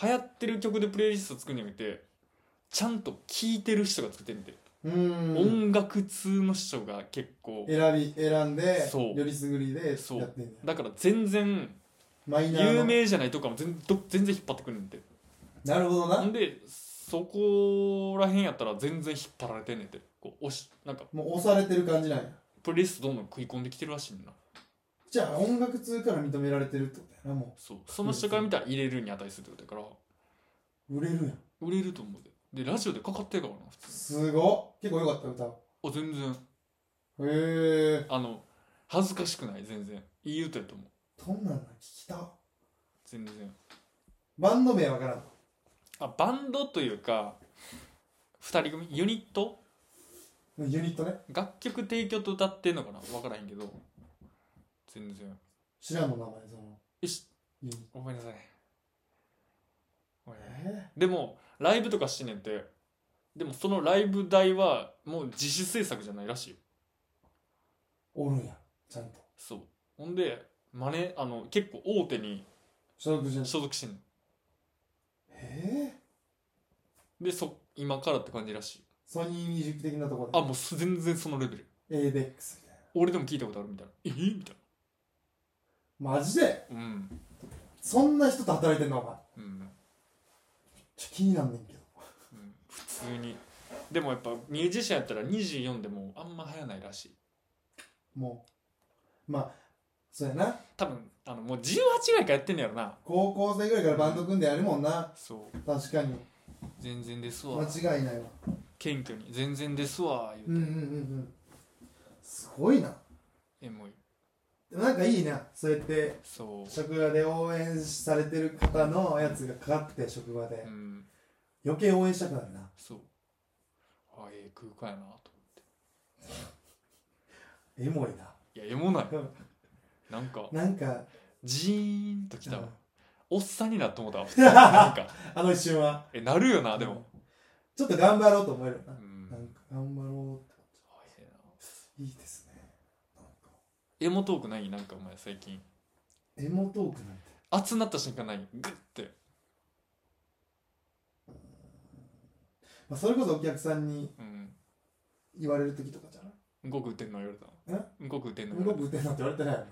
流行ってる曲でプレイリスト作るんじゃなくてちゃんと聴いてる人が作ってみて、うーん音楽通の人が結構選び選んでそうよりすぐりでやってそんうねんだから全然マイナーの有名じゃないとかも全ど全然引っ張ってくるんでなるほどななんでそこらへんやったら全然引っ張られてんねんてこう押しなんかもう押されてる感じなんやプレイリストどんどん食い込んできてるらしいねんなじゃあ音楽通から認められてるってことやなもそうその人から見たら入れるに値するってことやかう売れるやんら売れると思うででラジオでかかってるからな普通すごっ結構良かった歌あ全然へえあの恥ずかしくない全然いい歌やと思うどんなんなん聞きた全然バンド名わからんあバンドというか2人組ユニットユニットね楽曲提供と歌ってんのかな分からへんけど全然知らんの名前そのよしユニットごめんなさいごめんなさいえでもライブとかしてんねんてでもそのライブ代はもう自主制作じゃないらしいよー、おるんやちゃんとそうほんでマネあの結構大手に所属してんの所属してんねええんでそ今からって感じらしいソニーミュージック的なところであもうす全然そのレベル ABEX みたい俺でも聞いたことあるみたいなえみたいなマジでなうんそんな人と働いてんのお前うん、ちょっと気になんねんけどうん、普通にでもやっぱミュージシャンやったら24でもうあんま流行らないらしいもうまあそうやな多分あのもう18ぐらいからやってんのやろな高校生ぐらいからバンド組んでやるもんなそう確かに全然ですわ間違いないわ謙虚に全然ですわ言うて、うんうんうんうんすごいなエモいでもなんかいいなそうやってそ職場で応援されてる方のやつがかかって職場うでうん余計応援したくなるなそうあええ空間やなとエモいないやエモないうんなんかなんかジーンときたうわんおっさんになって思ったわ普通になんかあの一瞬はえなるよなでもちょっと頑張ろうと思えるような、んなんか頑張ろうっあええなていいですねなんかエモトークないなんかお前最近エモトークなんて熱なった瞬間ないグッてまあ、それこそお客さんにうん言われる時とかじゃないうんこく打てんの言われたのうんこく打てんのうん言こわくれ打てんのって言われてないよね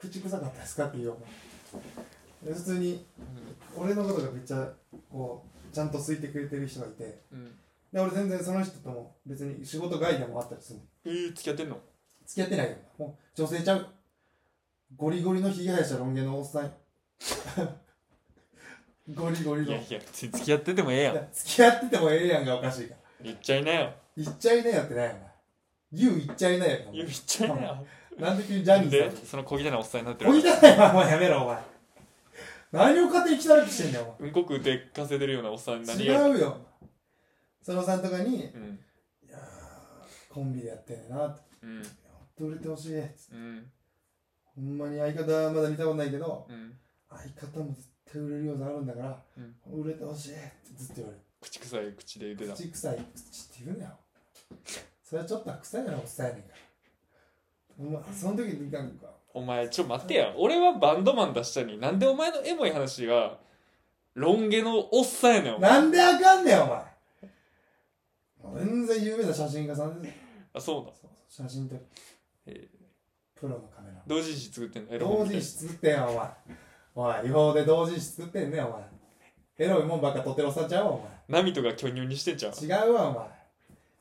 口臭かったですかって言うよ普通にた俺のことがめっちゃこうちゃんと好いてくれてる人がいてうん、うんで俺全然その人とも別に仕事外でもあったりするのえー、付き合ってんの付き合ってないよもう女性ちゃうゴリゴリのひげ生やしたロン毛のおっさんや ゴリゴリいのやいや別に付き合っててもええやん付き合っててもええやんがおかしいから言っちゃいなよ言っちゃいなよってないやん言う言っちゃいなよやん言っちゃいなよなんで急にジャニーでさんその小汚いおっさんになってる小汚いままやめろお前何を勝手に汚くしてんだようんこ食うて稼いでるようなおっさんおに前何が違うよ佐野さんとかにうん「いやーコンビでやってんねんな」ってうん「ほんと売れてほしい」つっうてんほんまに相方はまだ見たことないけどうん相方も絶対売れるようになるんだから、売れてほしいってずっと言われ口臭い口で言ってるた口臭い口って言うなよそれはちょっと臭いなおっさんやねんからお前その時になんかお前ちょ待ってや俺はバンドマン出したになんでお前のエモい話がロン毛のおっさんやねんお前なんであかんねんお前全然有名な写真家さんですあそうだそうそう写真撮る、えプロのカメラ同人誌作ってんのエロ同本人誌作ってんよお前おい違法で同人誌作ってんねんお前エロいもんばっか撮ってるおっさんちゃうわお前波とか巨乳にしてんじゃん違うわお前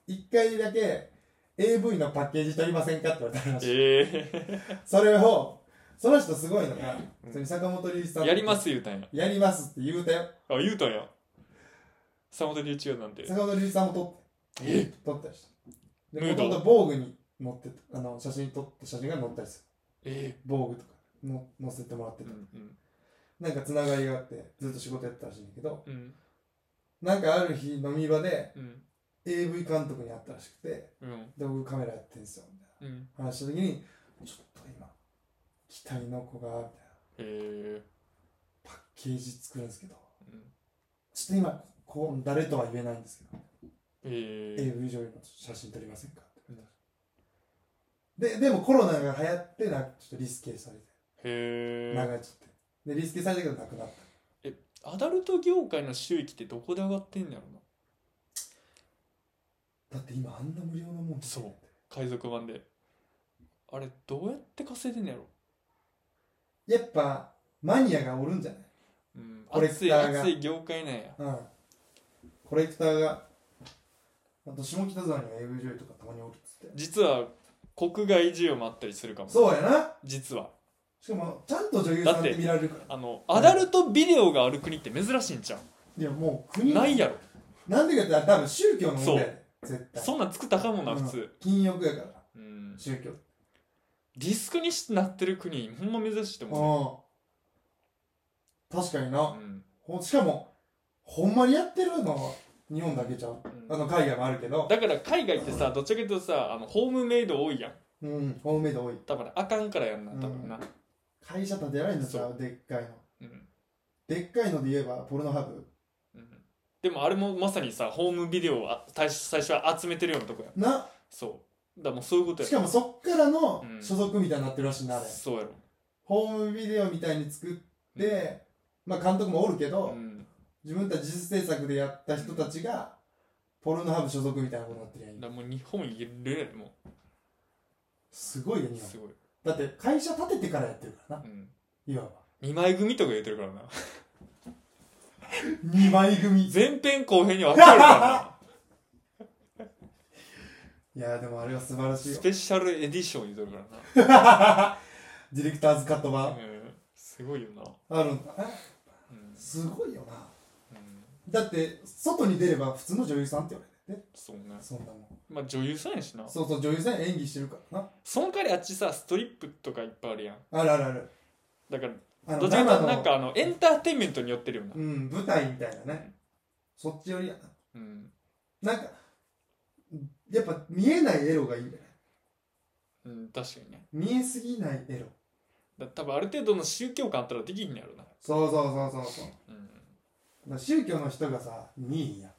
一回だけ AV のパッケージ取りませんかって言われたらしいえそれをその人すごいのが普通に坂本龍一さえんやりますす言うたんややりますって言うたよあ言うたんや坂本龍一がなんて坂本龍一さんも撮ってえ撮ったりしたヌでード今度防具に載ってたあの写真撮って写真が載ったりするえ防具とかの載せてもらってえうた、んうんなんかつながりがあってずっと仕事やってたらしいんだけどうんなんかある日飲み場でうん AV 監督に会ったらしくてうんで僕カメラやってんすよみたいなうん話した時にちょっと今機体の子がみたいなええパッケージ作るんですけどうんちょっと今こう誰とは言えないんですけどええ AV 女優の写真撮りませんかってででもコロナが流行ってなんかちょっとリスケされてへ流えれちゃってでリスケされたけどなくなったアダルト業界の収益ってどこで上がってんだろうなだって今あんな無料のもんそう海賊版であれどうやって稼いでんのやろやっぱマニアがおるんじゃないうんコレ熱クいターが熱い業界なんやうんコレクターがあと下北沢には AV 女優とかたまにおるっつって実は国外需要もあったりするかもそうやな実はしかもちゃんと女優さんって見られるからあのアダルトビデオがある国って珍しいんじゃんいやもう国ないやろなんでかって言ったら多分宗教の問題だよ絶対そんなん作ったかもな普通禁欲やからうん宗教ディスクになってる国ほんま珍しいと思うん確かにうなうんほしかもほんまにやってるのは日本だけじゃんうんあの海外もあるけどだから海外ってさどっちかというとさあのホームメイド多いやんうんホームメイド多い多分あかんからやんな多分な会社建てられんのちゃうでっかいのうんでっかいので言えばポルノハブうんでもあれもまさにさホームビデオをあ最初最初は集めてるようなとこやんなそうだからもうそういうことやしかもそっからのうん所属みたいになってるらしいなあれそうやろホームビデオみたいに作ってまあ監督もおるけどうん自分たち自主制作でやった人たちがポルノハブ所属みたいなことになってるやんだからもう日本いるやんもすごいよう日す本ごい、だって会社立ててからやってるからなうん、いわば2枚組とか言ってるからな2枚組い前編後編に分かれる かやーでもあれは素晴ららしいなよスペシャルエディション言うとるかディレクターズカットらな、版うん、すごいよな、あるんだなうんすごいよなうん、だって外に出れば普通の女優さんって言われてねそうねそんなもんまあ女優さんやしなそうそう女優さん演技してるからなその代わりあっちさストリップとかいっぱいあるやんあるあるあるだからあどっちかというとなんかあのエンターテインメントによってるよなう、ん舞台みたいなねそっちよりやうんななんかやっぱ見えないエロがいいんだようん、確かにね見えすぎないエロだ多分ある程度の宗教感あったらできひんのやろな、そうそうそうそうそうだかうん、ら宗教の人がさ見えんや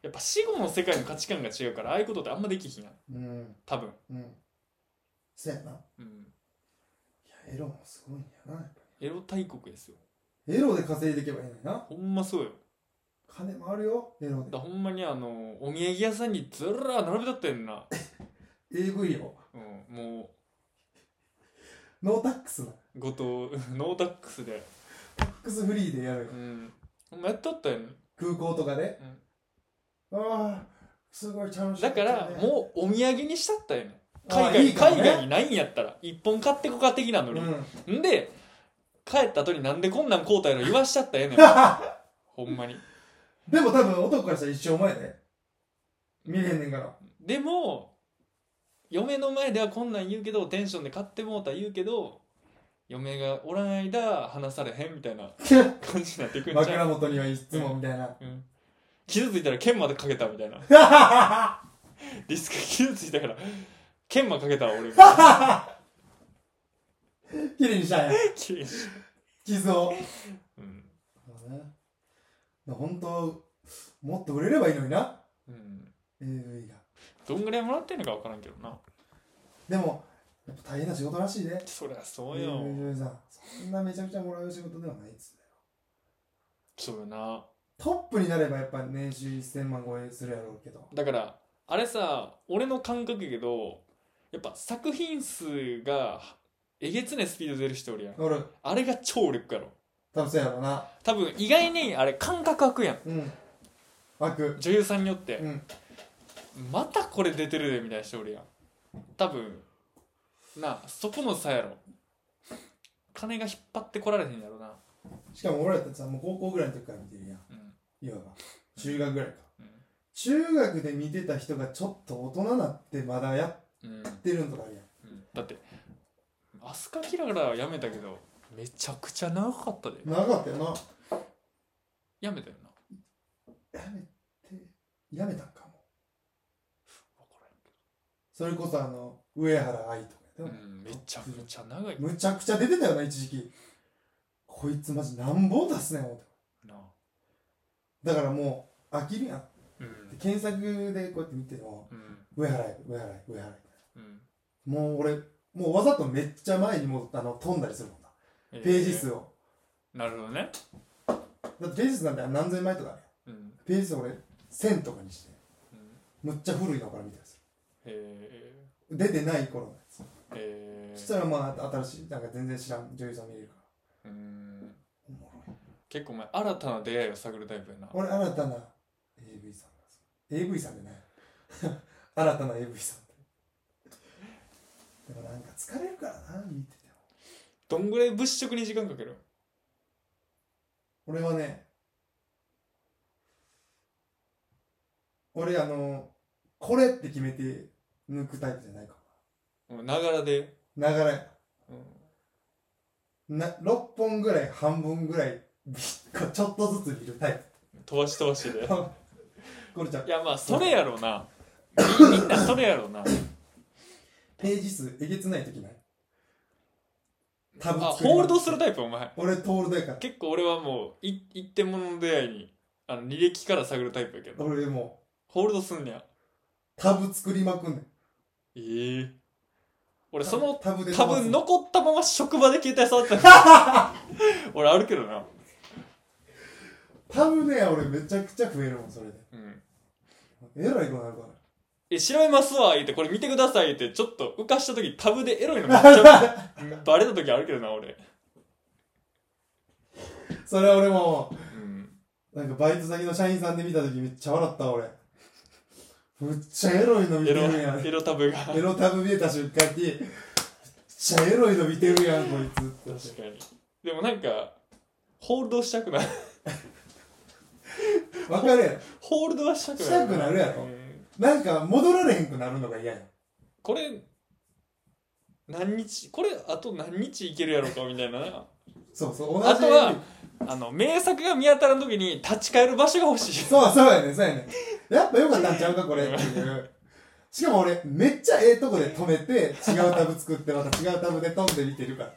やっぱ死後の世界の価値観が違うからああいうことってあんまできひんやんうん多分、うんそうやなうん、いやエロもすごいんやなエロ大国ですよエロで稼いでいけばいいのになほんまそうよ金もあるよエロだでほんまにあのお土産屋さんにずらー並べたったやんな、 AV ようん、もノータックスなうごと ノータックスで、タックスフリーでやるようん、ほんまやっとったやん、空港とかでああすごい楽しいだからもうお土産にしたったやんう海あ外いいかも海ね外にないんやったら一本買ってこか的なのうに、ん ん、で帰った後になんでこんなん買うたやろ言わしちゃったらええ ねんほんまにでも多分男からしたら一生前で見れへんねんからでも嫁の前ではこんなん言うけどテンションで買ってもうた言うけど嫁がおらん間話されへんみたいな 感じになってくんちゃ枕う、元にはいつもみたいなうん、傷ついたら剣までかけたみたいなリスク傷ついたから剣まかけたわ俺みたいな綺麗にしたんや傷をうん本当もっと売れればいいのになうん、 AV がどんぐらいもらってんのか分からんけどなでもやっぱ大変な仕事らしいねそりゃそう AV よ、女優さんそんなめちゃくちゃもらう仕事ではないっすねそうよなトップになればやっぱ年収1000万超えするやろうけどだからあれさ俺の感覚やけどやっぱ作品数がえげつないスピードで出る人おるやん俺あれが超力やろ多分そうやろうな多分意外にあれ感覚開くやんうん枠女優さんによって、うんまたこれ出てるでみたいな人おるやん多分なあそこの差やろ金が引っ張ってこられへんやろなしかも俺らってさもう高校ぐらいの時から見てるやんうんいわば中学ぐらいかうん中学で見てた人がちょっと大人になってまだやっうん、てるのとかあるやんうんだって飛鳥キララはやめたけどめちゃくちゃ長かったで長かったよなやめたよなやめてやめたんかもわかそれこそあの上原愛とからやっんてけどうんめちゃくちゃ長いむちゃくちゃ出てたよな一時期こいつマジなんぼ出すねん思ってなだからもう飽きるやんうん検索でこうやって見てもうん上原愛上原愛上原愛うんもう俺もうわざとめっちゃ前にもあの飛んだりするもんなペページ数をなるほどねだってページ数なんて何千枚とかあるやんうんページ数俺1000とかにしてうんむっちゃ古いのから見たりすえーる出てない頃のやつえそしーたらまあ新しいなんか全然知らん女優さん見れるからうんおもろい結構お前新たな出会いを探るタイプやな俺新たな AV さんなんです AV さんでない 新たな AV さんでもなんか疲れるからな見ててもどんぐらい物色に時間かける俺はね俺あのこれって決めて抜くタイプじゃないかうんながらでもな流れうんな6本ぐらい半分ぐらいびっこちょっとずつ見るタイ飛ばし飛ば しでプこれじゃんいやまあそれやろうなみみんなそれやろう なページ数えげつない時ないタあブ作りますホールドするタイプお前俺トールだから結構俺はもうい一点物の出会いにあの履歴から探るタイプやけど俺もホールドすんねやうタブ作りまくんねんええ俺そのタブで多飛ばす分残ったまま職場で携帯触ってた 俺あるけどなタブね俺めちゃくちゃ増えるもんそれでうんえらいことになるかえ調べますわ言ってこれ見てください言ってちょっと浮かした時タブでエロいのめっちゃ バレた時あるけどな俺らそれ俺もうんなんかバイト先の社員さんで見た時めっちゃ笑ったわ俺むっちゃエロいの見てエロるやんエロタブがエロタブ見えた瞬間にめっちゃエロいの見てるやんこいつ確かにでもなんかホールドしたくない わかるやんホールドはしたくないしたくなるやろうんなんか戻られへんくなるのが嫌やんこれ何日これあと何日いけるやろうかみたいななそうそう同じあとはあの名作が見当たらん時に立ち返る場所が欲しいそうそうやねそうやねやっぱよかったんちゃうかこれっていうしかも俺めっちゃええとこで止めて違うタブ作ってまた違うタブで飛んで見てるから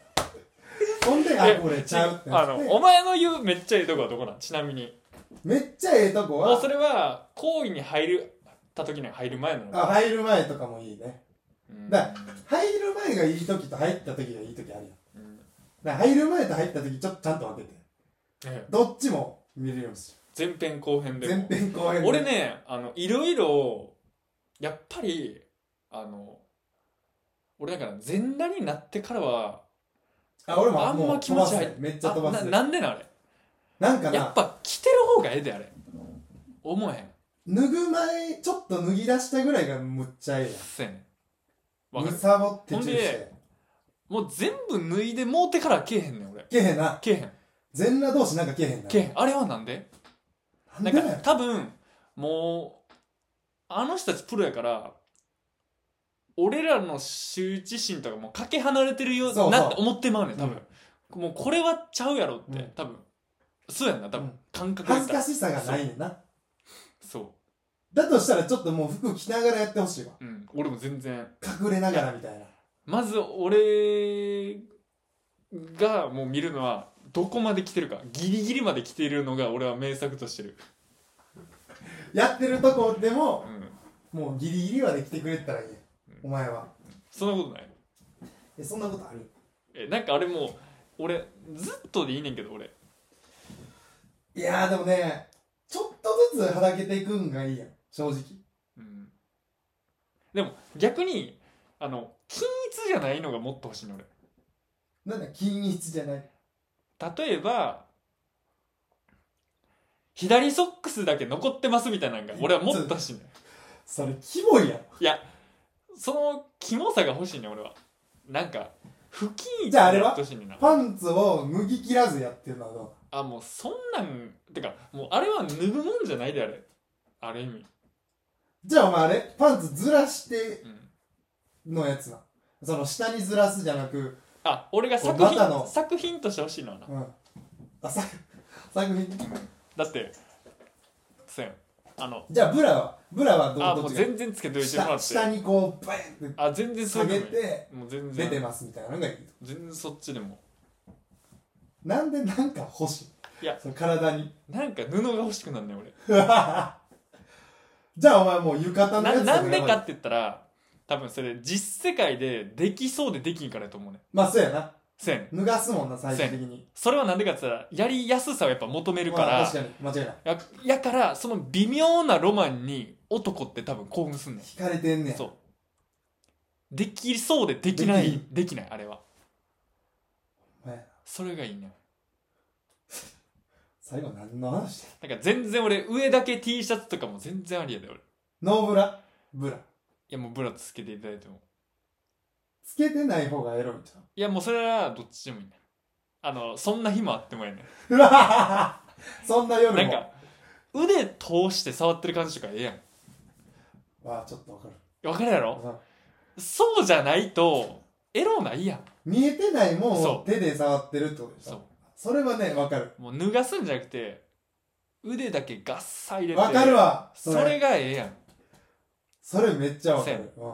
ほんであえこれちゃうってあ なっのてお前の言うめっちゃいいとこはどこなんちなみにめっちゃええとこもうはそれは行為に入るた時に入る前なのあ入る前とかもいいねうんだ入る前がいい時と入った時がいい時あるようんだから入る前と入った時ちょっとちゃんと分けてええどっちも見れるようにす前編後編でるも前編後編で俺ねあのいろいろやっぱりあの俺だから全裸になってからはあ俺もあんまもう気持ち飛ば入すっねめっちゃ飛ばあなすねなんでなあれなんかやっなぱ着てる方がええであれ思えへん脱ぐ前ちょっと脱ぎ出したぐらいがむっちゃええやんせんわかむるさぼってほんチでューしてもう全部脱いでもうてからけえへんねん俺けえへんなけえへん全裸同士なんかけえへんなけえへんあれはなんでななんんでかなんや多分もうあの人たちプロやから俺らの羞恥心とかもうかけ離れてるよそうそうなって思ってまうねん多分、もうこれはちゃうやろって、うん多分そうやんな多分、うん感覚や恥っずたらかしさがないねんなそだとしたらちょっともう服着ながらやってほしいわう、うん、俺も全然隠れながらみたいなまず俺がもう見るのはどこまで来てるかギリギリまで来ているのが俺は名作としてる、やってるとこでもうん、もうギリギリまで来てくれてたらいいやお前はそんなことないえそんなことあるえなんかあれもう俺ずっとでいいねんけど俺いやーでもねちょっとずつはだけていくんがいいやん正直うんでも逆にあの均一じゃないのがもっと欲しいの俺なんだ均一じゃない例えば左ソックスだけ残ってますみたいなのが俺はもっと欲しいのよそれキモいやんそのキモさが欲しいね俺はなんか不均一じゃああれはやってほしいねんなパンツを脱ぎ切らずやってるのはどうあもうそんなんてかもうあれは脱ぐもんじゃないであれある意味、じゃあお前あれパンツずらしてうん、のやつなその下にずらすじゃなくあ俺が作これまたの品作品として欲しいのはなうんあさ 作品だってそうやんあのじゃあブラはブラはどあどもっうちが全然つけといてもらって下下にこうバーンってあ全然そ下うでげもいいてもう全出て然ますみたいなのがいい全然そっちでもなんでなんか欲しいいやその体になんか布が欲しくなんねん俺じゃあお前もう浴衣のやなつなんでやかって言ったら多分それ実世界でできそうでできんからやと思うねんまあそうやなせん脱がすもんな最終的にそれはなんでかって言ったらやりやすさをやっぱ求めるかまあら確かに間違いないややからその微妙なロマンに男って多分興奮すんね惹かれてんねんんそうできそうでできなでいきでひきないあれはお前それがいいねん最後何の話してんなんか全然俺上だけ T シャツとかも全然ありやで俺いノーブラブラやもうブラつけていただいてもつけてない方がエロいじゃんいやもうそれはどっちでもいいねんあのそんな日もあってもええねんう わそんな夜もなんか腕通して触ってる感じとかええやんいわあちょっとわかるや分かるやろうんそうじゃないとエロないやん見えてないもんをそ手で触ってるってことでしょそそれはねわかるうもう脱がすんじゃなくて腕だけガッサ入れてわかるわそそれそれれがええやんめっちゃわかる、う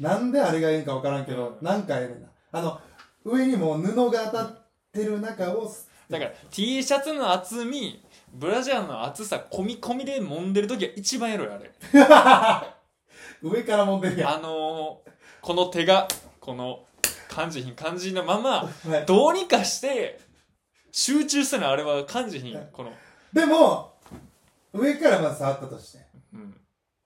ん、なんであれがええんかわからんけど、うんなんかええねんなあの上にもう布が当たってる中をだから T シャツの厚みブラジャーの厚さ込み込みで揉んでる時は一番エロいあれ上から持ってるやんあのー、この手がこの感じひん感じひんのままはいどうにかして集中したのあれは感じひんこの、でも上からまず触ったとしてうん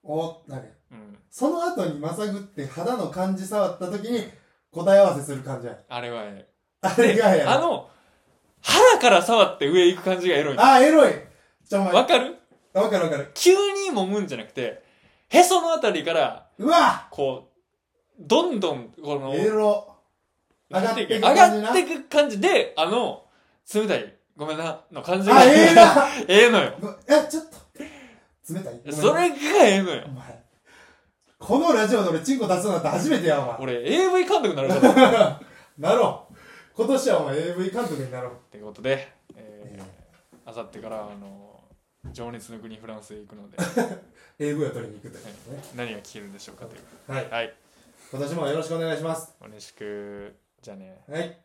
おなんかうん、その後にまさぐって肌の感じ触った時に答え合わせする感じやんあれはええあれがやんあの、腹から触って上行く感じがエロい。わあ、エロい。ちょ、お前。わかるかるわかる。急に揉むんじゃなくて、へそのあたりから、うわこう、どんどん、この、エロ。上ながんってていうくか感上じながってく感じで、あの、冷たい、ごめんな、の感じが。あ、ええな ええのよ。ごえ、ちょっと。冷たい。ごめんそれがええのよお。前。このラジオで俺チンコ出すなんて初めてや、お前。俺、AV 監督になるから。っなろう。今年はお前 AV 監督になろう。てことで、えー、あさってから、あの、情熱の国フランスへ行くので、 AV を取りに行くということね。何が聞けるんでしょうかという。はい。はい、今年もよろしくお願いします。おねしく、じゃあね。はい。